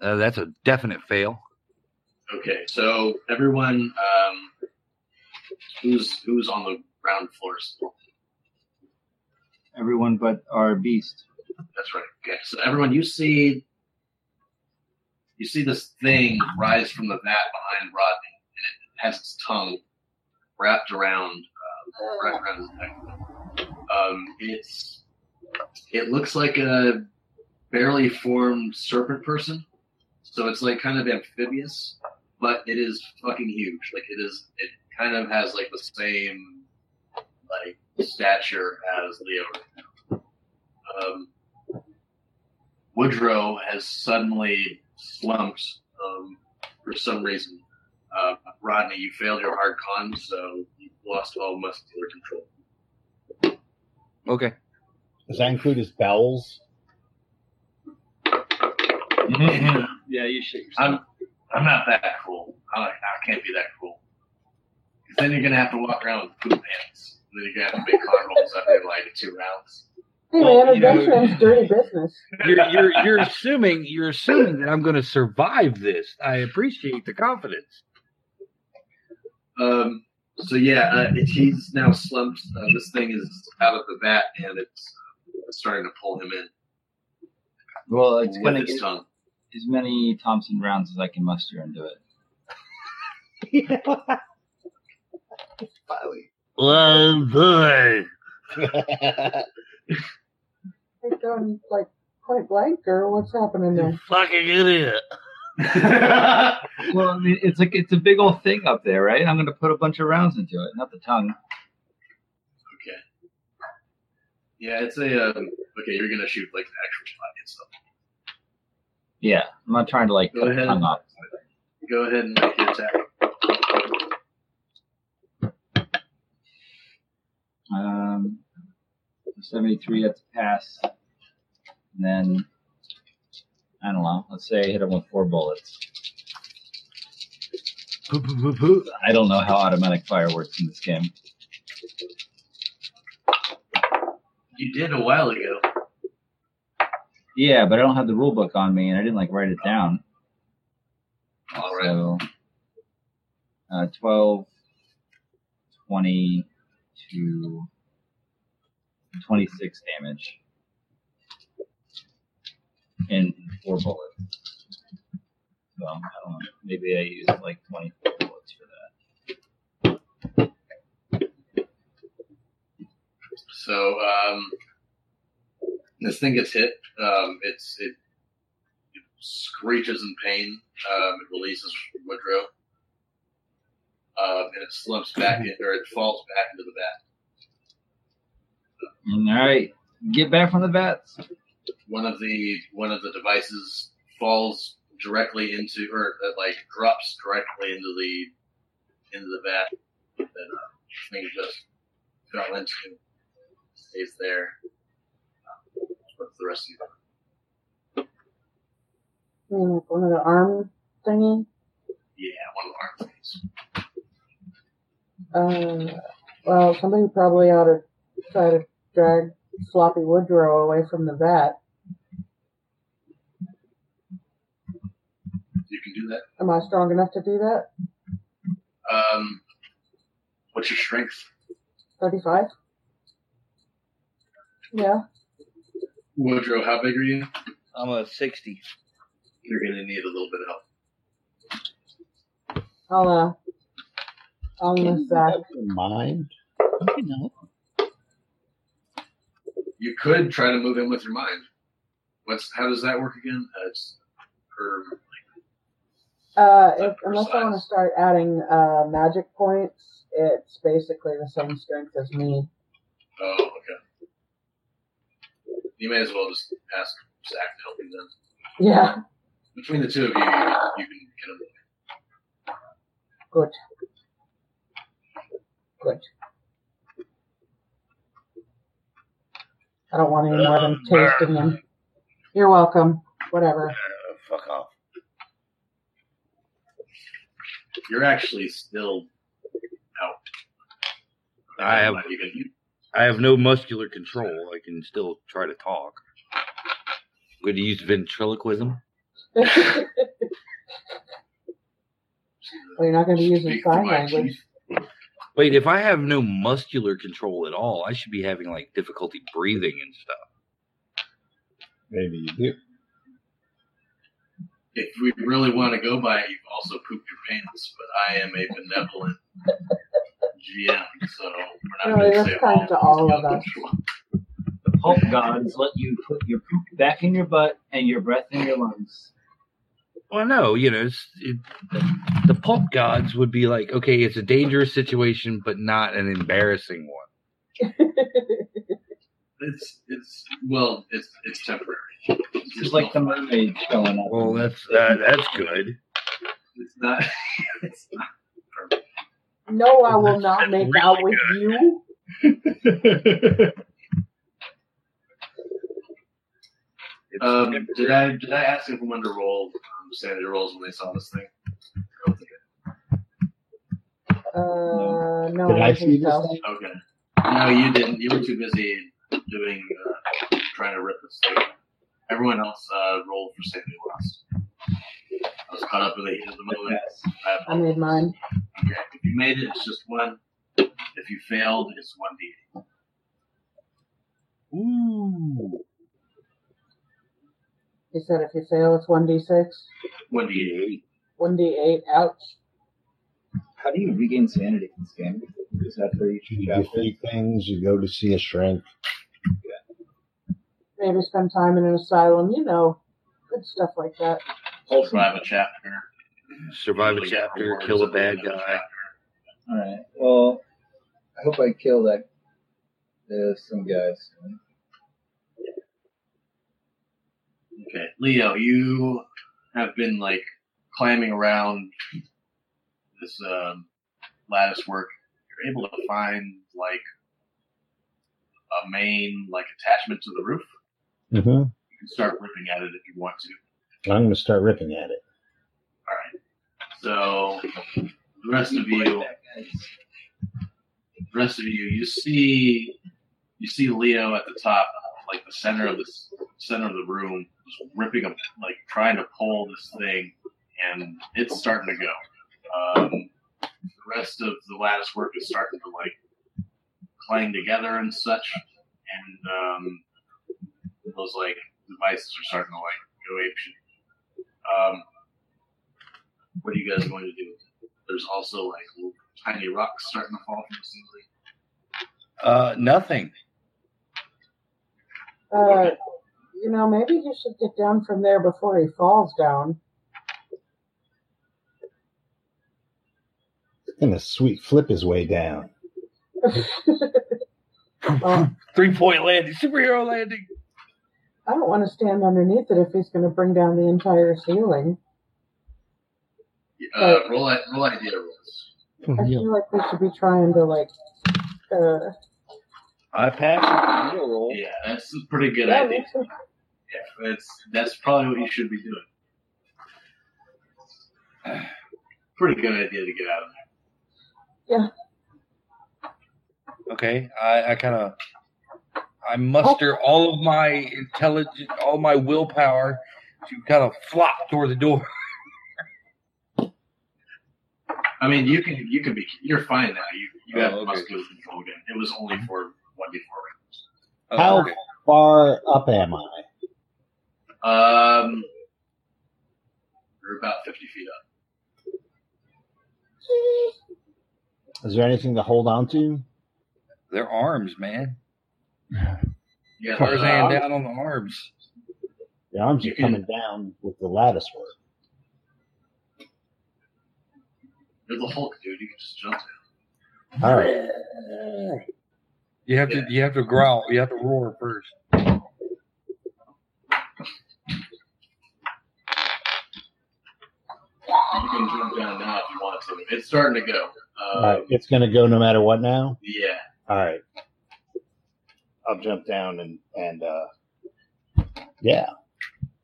Uh, that's a definite fail. Okay, so everyone um, who's who's on the ground floors. Everyone but our beast. That's right. Okay, so everyone, you see you see this thing rise from the vat behind Rodney, and it has its tongue wrapped around uh, wrapped around his neck. Um, it's it looks like a barely formed serpent person, so it's like kind of amphibious, but it is fucking huge. Like it is, it kind of has like the same like stature as Leo. right now. Um, Woodrow has suddenly slumped um, for some reason. Uh, Rodney, you failed your hard con, so you lost all muscular control. Okay. Does that include his bowels? yeah, you shake yourself. um, I'm I'm not that cool. I, I can't be that cool. 'Cause then you're gonna have to walk around with poop pants. And then you're gonna have to make con rolls every like two rounds. Hey Well, man, you know- adventure is dirty business. You're you're you're assuming you're assuming that I'm going to survive this. I appreciate the confidence. Um. So yeah, uh, it, he's now slumped. Uh, this thing is out of the vat and it's, it's starting to pull him in Well, it's with gonna his get tongue. as many Thompson rounds as I can muster and do it. Oh boy. They're going like point blank, girl. What's happening there? Fucking idiot. Well, I mean, it's like it's a big old thing up there, right? I'm gonna put a bunch of rounds into it, not the tongue. Yeah, it's a um, okay. You're gonna shoot like the actual shot and stuff. Yeah, I'm not trying to like Go cut the ahead. tongue off. Go ahead and make your attack. Um, 73, that's a pass. And then, I don't know, let's say I hit him with four bullets. I don't know how automatic fire works in this game. You did a while ago. Yeah, but I don't have the rule book on me and I didn't like write it down. All right. So, uh, 12, 22, 26 damage. And four bullets. So, I don't know. Maybe I used like 20 bullets for that. So um, this thing gets hit. Um, it's it, it screeches in pain. Um, it releases Woodrow, um, and it slumps back in, or it falls back into the bath. Mm, All right. Get back from the vets. One of the one of the devices falls directly into, or uh, like drops directly into the into the vat that uh, thing just fell into. Stays there. Um, What's the rest of you? I mean, like one of the arm thingy. Yeah, one of the arm things. Uh, well, somebody probably ought to try to drag Sloppy Woodrow away from the vat. You can do that. Am I strong enough to do that? Um, what's your strength? 35? Yeah. Woodrow, how big are you? I'm a 60. You're going to need a little bit of help. I'll, uh, I'll miss that. Mind? You know, You could try to move in with your mind. What's how does that work again? Uh, it's per, Uh, if, unless I want to start adding, uh, magic points, it's basically the same strength as me. oh, okay. You may as well just ask Zach to help you then. Yeah. Between the two of you, you, you can get him. Good. Good. I don't want any more of Um, them tasting them. You're welcome. Whatever. fuck off. You're actually still out. I have- You can, you, I have no muscular control. I can still try to talk. I'm going to use ventriloquism. well, you're not going to be using speak through sign my language. teeth. Wait, if I have no muscular control at all, I should be having like difficulty breathing and stuff. Maybe you do. if we really want to go by it, you've also pooped your pants. But I am a benevolent GM, so we're not going Really, to that's say kind to all of us. The pulp gods let you put your poop back in your butt and your breath in your lungs. Well, no, you know, it's, it, the pulp gods would be like, okay, it's a dangerous situation, but not an embarrassing one. *laughs* It's it's well, it's it's temporary. It's It's like the mermaid showing up. Well, that's uh, that's good. *laughs* It's not. *laughs* It's not. *laughs* No, I will not make Really out with you. It's Um, did I did I ask everyone to roll um, sanity rolls when they saw this thing? Uh, no, Did I, I think see this so. thing? Okay. No, you didn't. You were too busy doing uh, trying to rip this thing. Everyone else uh, rolled for sanity loss. I was caught up in the heat of the moment. I I apologize. made mine. Okay. If you made it, it's just one. If you failed, it's one D. ooh, He said if you fail, it's 1d6. One D 1d8, ouch. How do you regain sanity in this game? Is that for each You chapter? see things, you go to see a shrink. Maybe spend time in an asylum, you know, good stuff like that. eight. Survive a chapter. survive a Usually chapter, rewards kill a at the bad end of the guy. chapter. All right. Well, I hope I kill that. There's some guys. Okay, Leo, you have been like climbing around this um, lattice work. You're able to find like a main like attachment to the roof. Mm-hmm. You can start ripping at it if you want to. I'm going to start ripping at it. All right. So the rest of you, the rest of you, you see, you see Leo at the top, like the center of this center of the room, just ripping up, like trying to pull this thing, and it's starting to go. Um, the rest of the lattice work is starting to like clang together and such, and um, those like devices are starting to like go ape shit. Um, what are you guys going to do? There's also like little tiny rocks starting to fall from the ceiling. Uh, nothing. *laughs* Uh, you know, maybe he should get down from there before he falls down. *laughs* going to sweet flip his way down. Well, Three point landing, superhero landing. I don't want to stand underneath it if he's going to bring down the entire ceiling. Oh. Uh, roll, i- roll idea rolls. For I real. feel like we should be trying to, like, uh, *laughs* I pass. You'll roll. Yeah, that's a pretty good yeah, idea. that's- Yeah, that's that's probably what you should be doing. *sighs* Pretty good idea to get out of Okay, I, I kind of I muster all of my intelligence, all my willpower to kind of flop toward the door. *laughs* there. I mean, you can you can be you're fine now. You you Oh, have okay. muscular control again. It was only for one d Oh, How okay. far up am I? four. Um, you're about fifty feet up. Is there anything to hold on to? Their arms, man. Yeah, Tarzan uh, down on the arms. The arms You are can- coming down with the lattice work. you're the Hulk, dude. You can just jump. All right. Oh. You have to you have to growl. You have to roar first. You can jump down now if you want to. It's starting to go. All Um, right. It's going to go no matter what now? Yeah. All right. I'll jump down and, and, uh, yeah.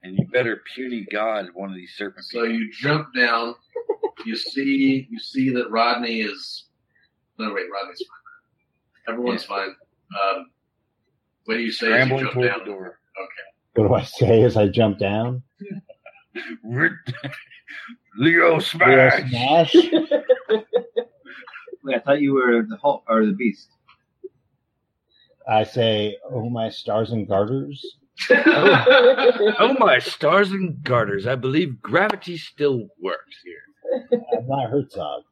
And you better puny god one of these serpent So people. you jump down. You see. You see that Rodney is. No wait, Rodney's fine. Everyone's fine. Um, what do you say? As you Scrambling jump toward down. the door. *laughs* What do I say as I jump down? Rit- Leo Real smash. smash? Wait, I thought you were the Hulk or the Beast. I say, oh, my stars and garters. *laughs* Oh my stars and garters! I believe gravity still works here. I'm not Herzog.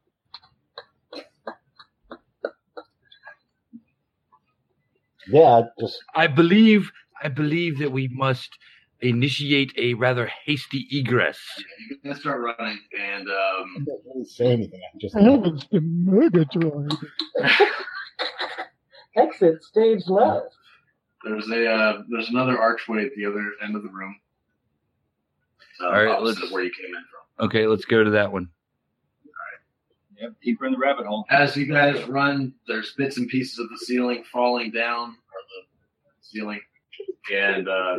Yeah, just I believe I believe that we must initiate a rather hasty egress. I start running, and um, don't really say anything. I'm just Heavens, the murder droid. Exit stage left. *laughs* there's a uh, there's another archway at the other end of the room. Uh, All right, opposite let's- of where you came in from. Okay, let's go to that one. Yep, deeper in the rabbit hole. As you guys run, there's bits and pieces of the ceiling falling down, or the ceiling, and uh,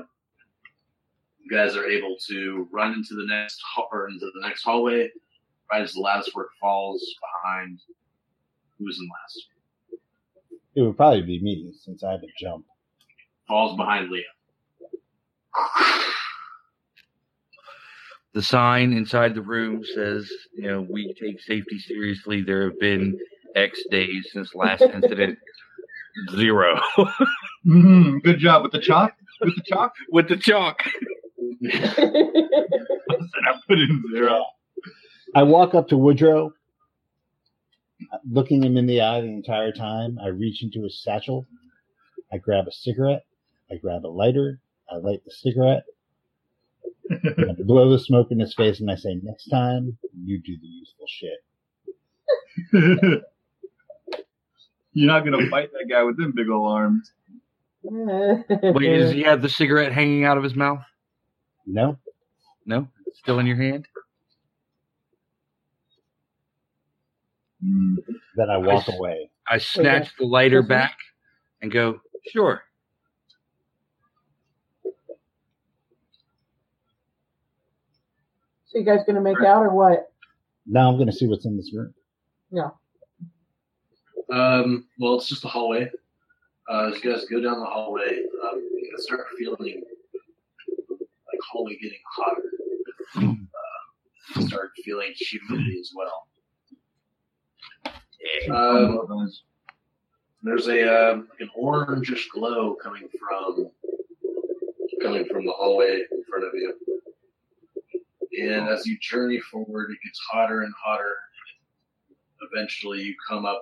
you guys are able to run into the next hall- or into the next hallway. Right as the lattice work falls behind, who's in last? it would probably be me since I had to jump. Falls behind Leah. The sign inside the room says, you know, we take safety seriously. There have been X days since last *laughs* incident. Zero. Mm, good job with the chalk. With the chalk, With the chalk. *laughs* and I put in zero. I walk up to Woodrow, looking him in the eye the entire time. I reach into his satchel. I grab a cigarette. I grab a lighter. I light the cigarette. And I blow the smoke in his face, and I say, "Next time, you do the useful shit." You're not gonna fight that guy with them big old arms. Wait, does he have the cigarette hanging out of his mouth? No, No? Still in your hand? Mm. then I walk Nice. away. I snatch the lighter Doesn't it? back and go, sure. So you guys gonna make out or what? Now I'm going to see what's in this room. Um, well, it's just a hallway. Uh, as you guys go down the hallway, um, you can start feeling like hallway getting hotter. Uh, you start feeling humidity as well. Um, there's a um, an orangish glow coming from coming from the hallway in front of you. And as you journey forward, it gets hotter and hotter. Eventually, you come up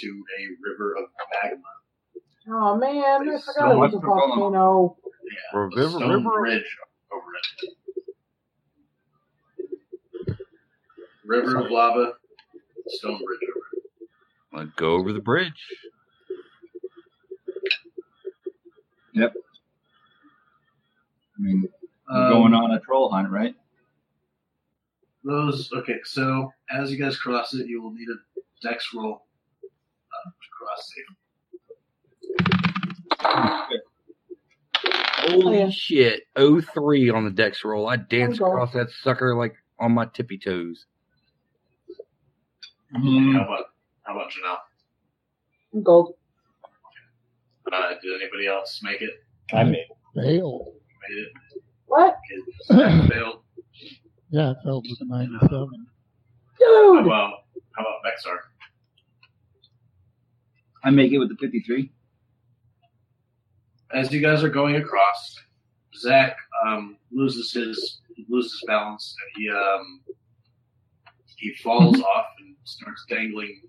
to a river of magma. Oh man, I So forgot it was much a for going on. volcano. Yeah, a River- stone river- bridge over it. River of lava, stone bridge over it. i go over the bridge. I mean, we're Um, going on a troll hunt, right? Those okay. So as you guys cross it, you will need a dex roll uh, to cross it. Holy Oh, yeah. shit. 03 on the dex roll. I danced Oh, God. across that sucker like on my tippy toes. How about how about Janelle? Gold. Uh, did anybody else make it? I made it. Failed. Made it? What? Okay, *coughs* Zach failed. Yeah, it failed with a 97. How Dude! about how about Bexar? I make it with the 53. as you guys are going across, Zach um, loses his loses balance and he um, he Mm-hmm. falls off and starts dangling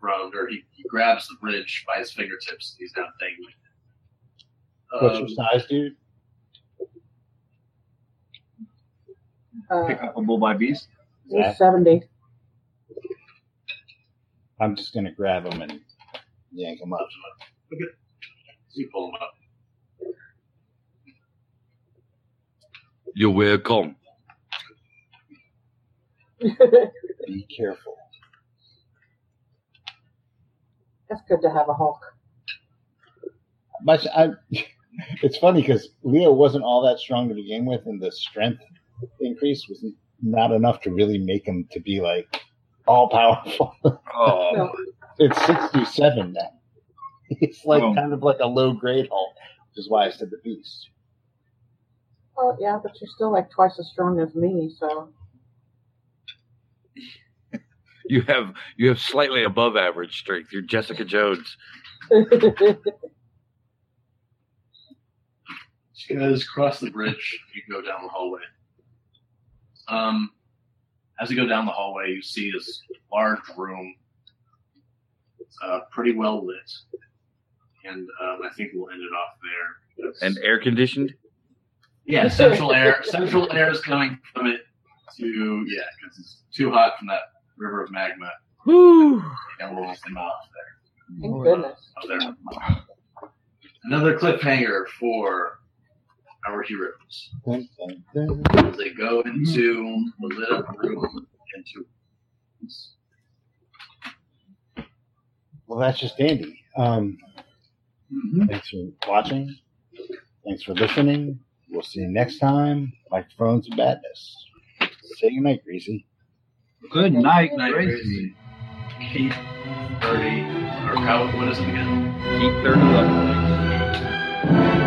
from, or he, he grabs the bridge by his fingertips. And he's now dangling. What's Um, your size, dude? Uh, Pick up a bull by beast. he's 70. *laughs* I'm just going to grab him and yank him up. you pull him up. You're welcome. Be careful. That's good to have a Hulk. Much, I, *laughs* it's funny because Leo wasn't all that strong to begin with, and the strength increase was not enough to really make him to be like all powerful. Oh, No. *laughs* it's sixty-seven now. *laughs* It's like Oh. kind of like a low grade Hulk, which is why I said the beast. Oh, yeah, but you're still like twice as strong as me, so. *laughs* you have you have slightly above average strength. You're Jessica Jones. You guys cross the bridge. You go down the hallway. Um, as you go down the hallway, you see this large room, uh, pretty well lit, and um, I think we'll end it off there. That's- and air conditioned. yeah, central air. Central air is coming from it to yeah, because it's too hot from that river of magma. And rolls them off there. Thank goodness. Up there. Another cliffhanger for our heroes. Dun, dun, dun. as they go into the lit up room into Well, that's just dandy. Um, Thanks for watching. Thanks for listening. We'll see you next time. Microphones of Madness. Say goodnight, Greasy. Good night, night Gracie. crazy. Keep thirty or how what is it again? Keep thirty level. Keep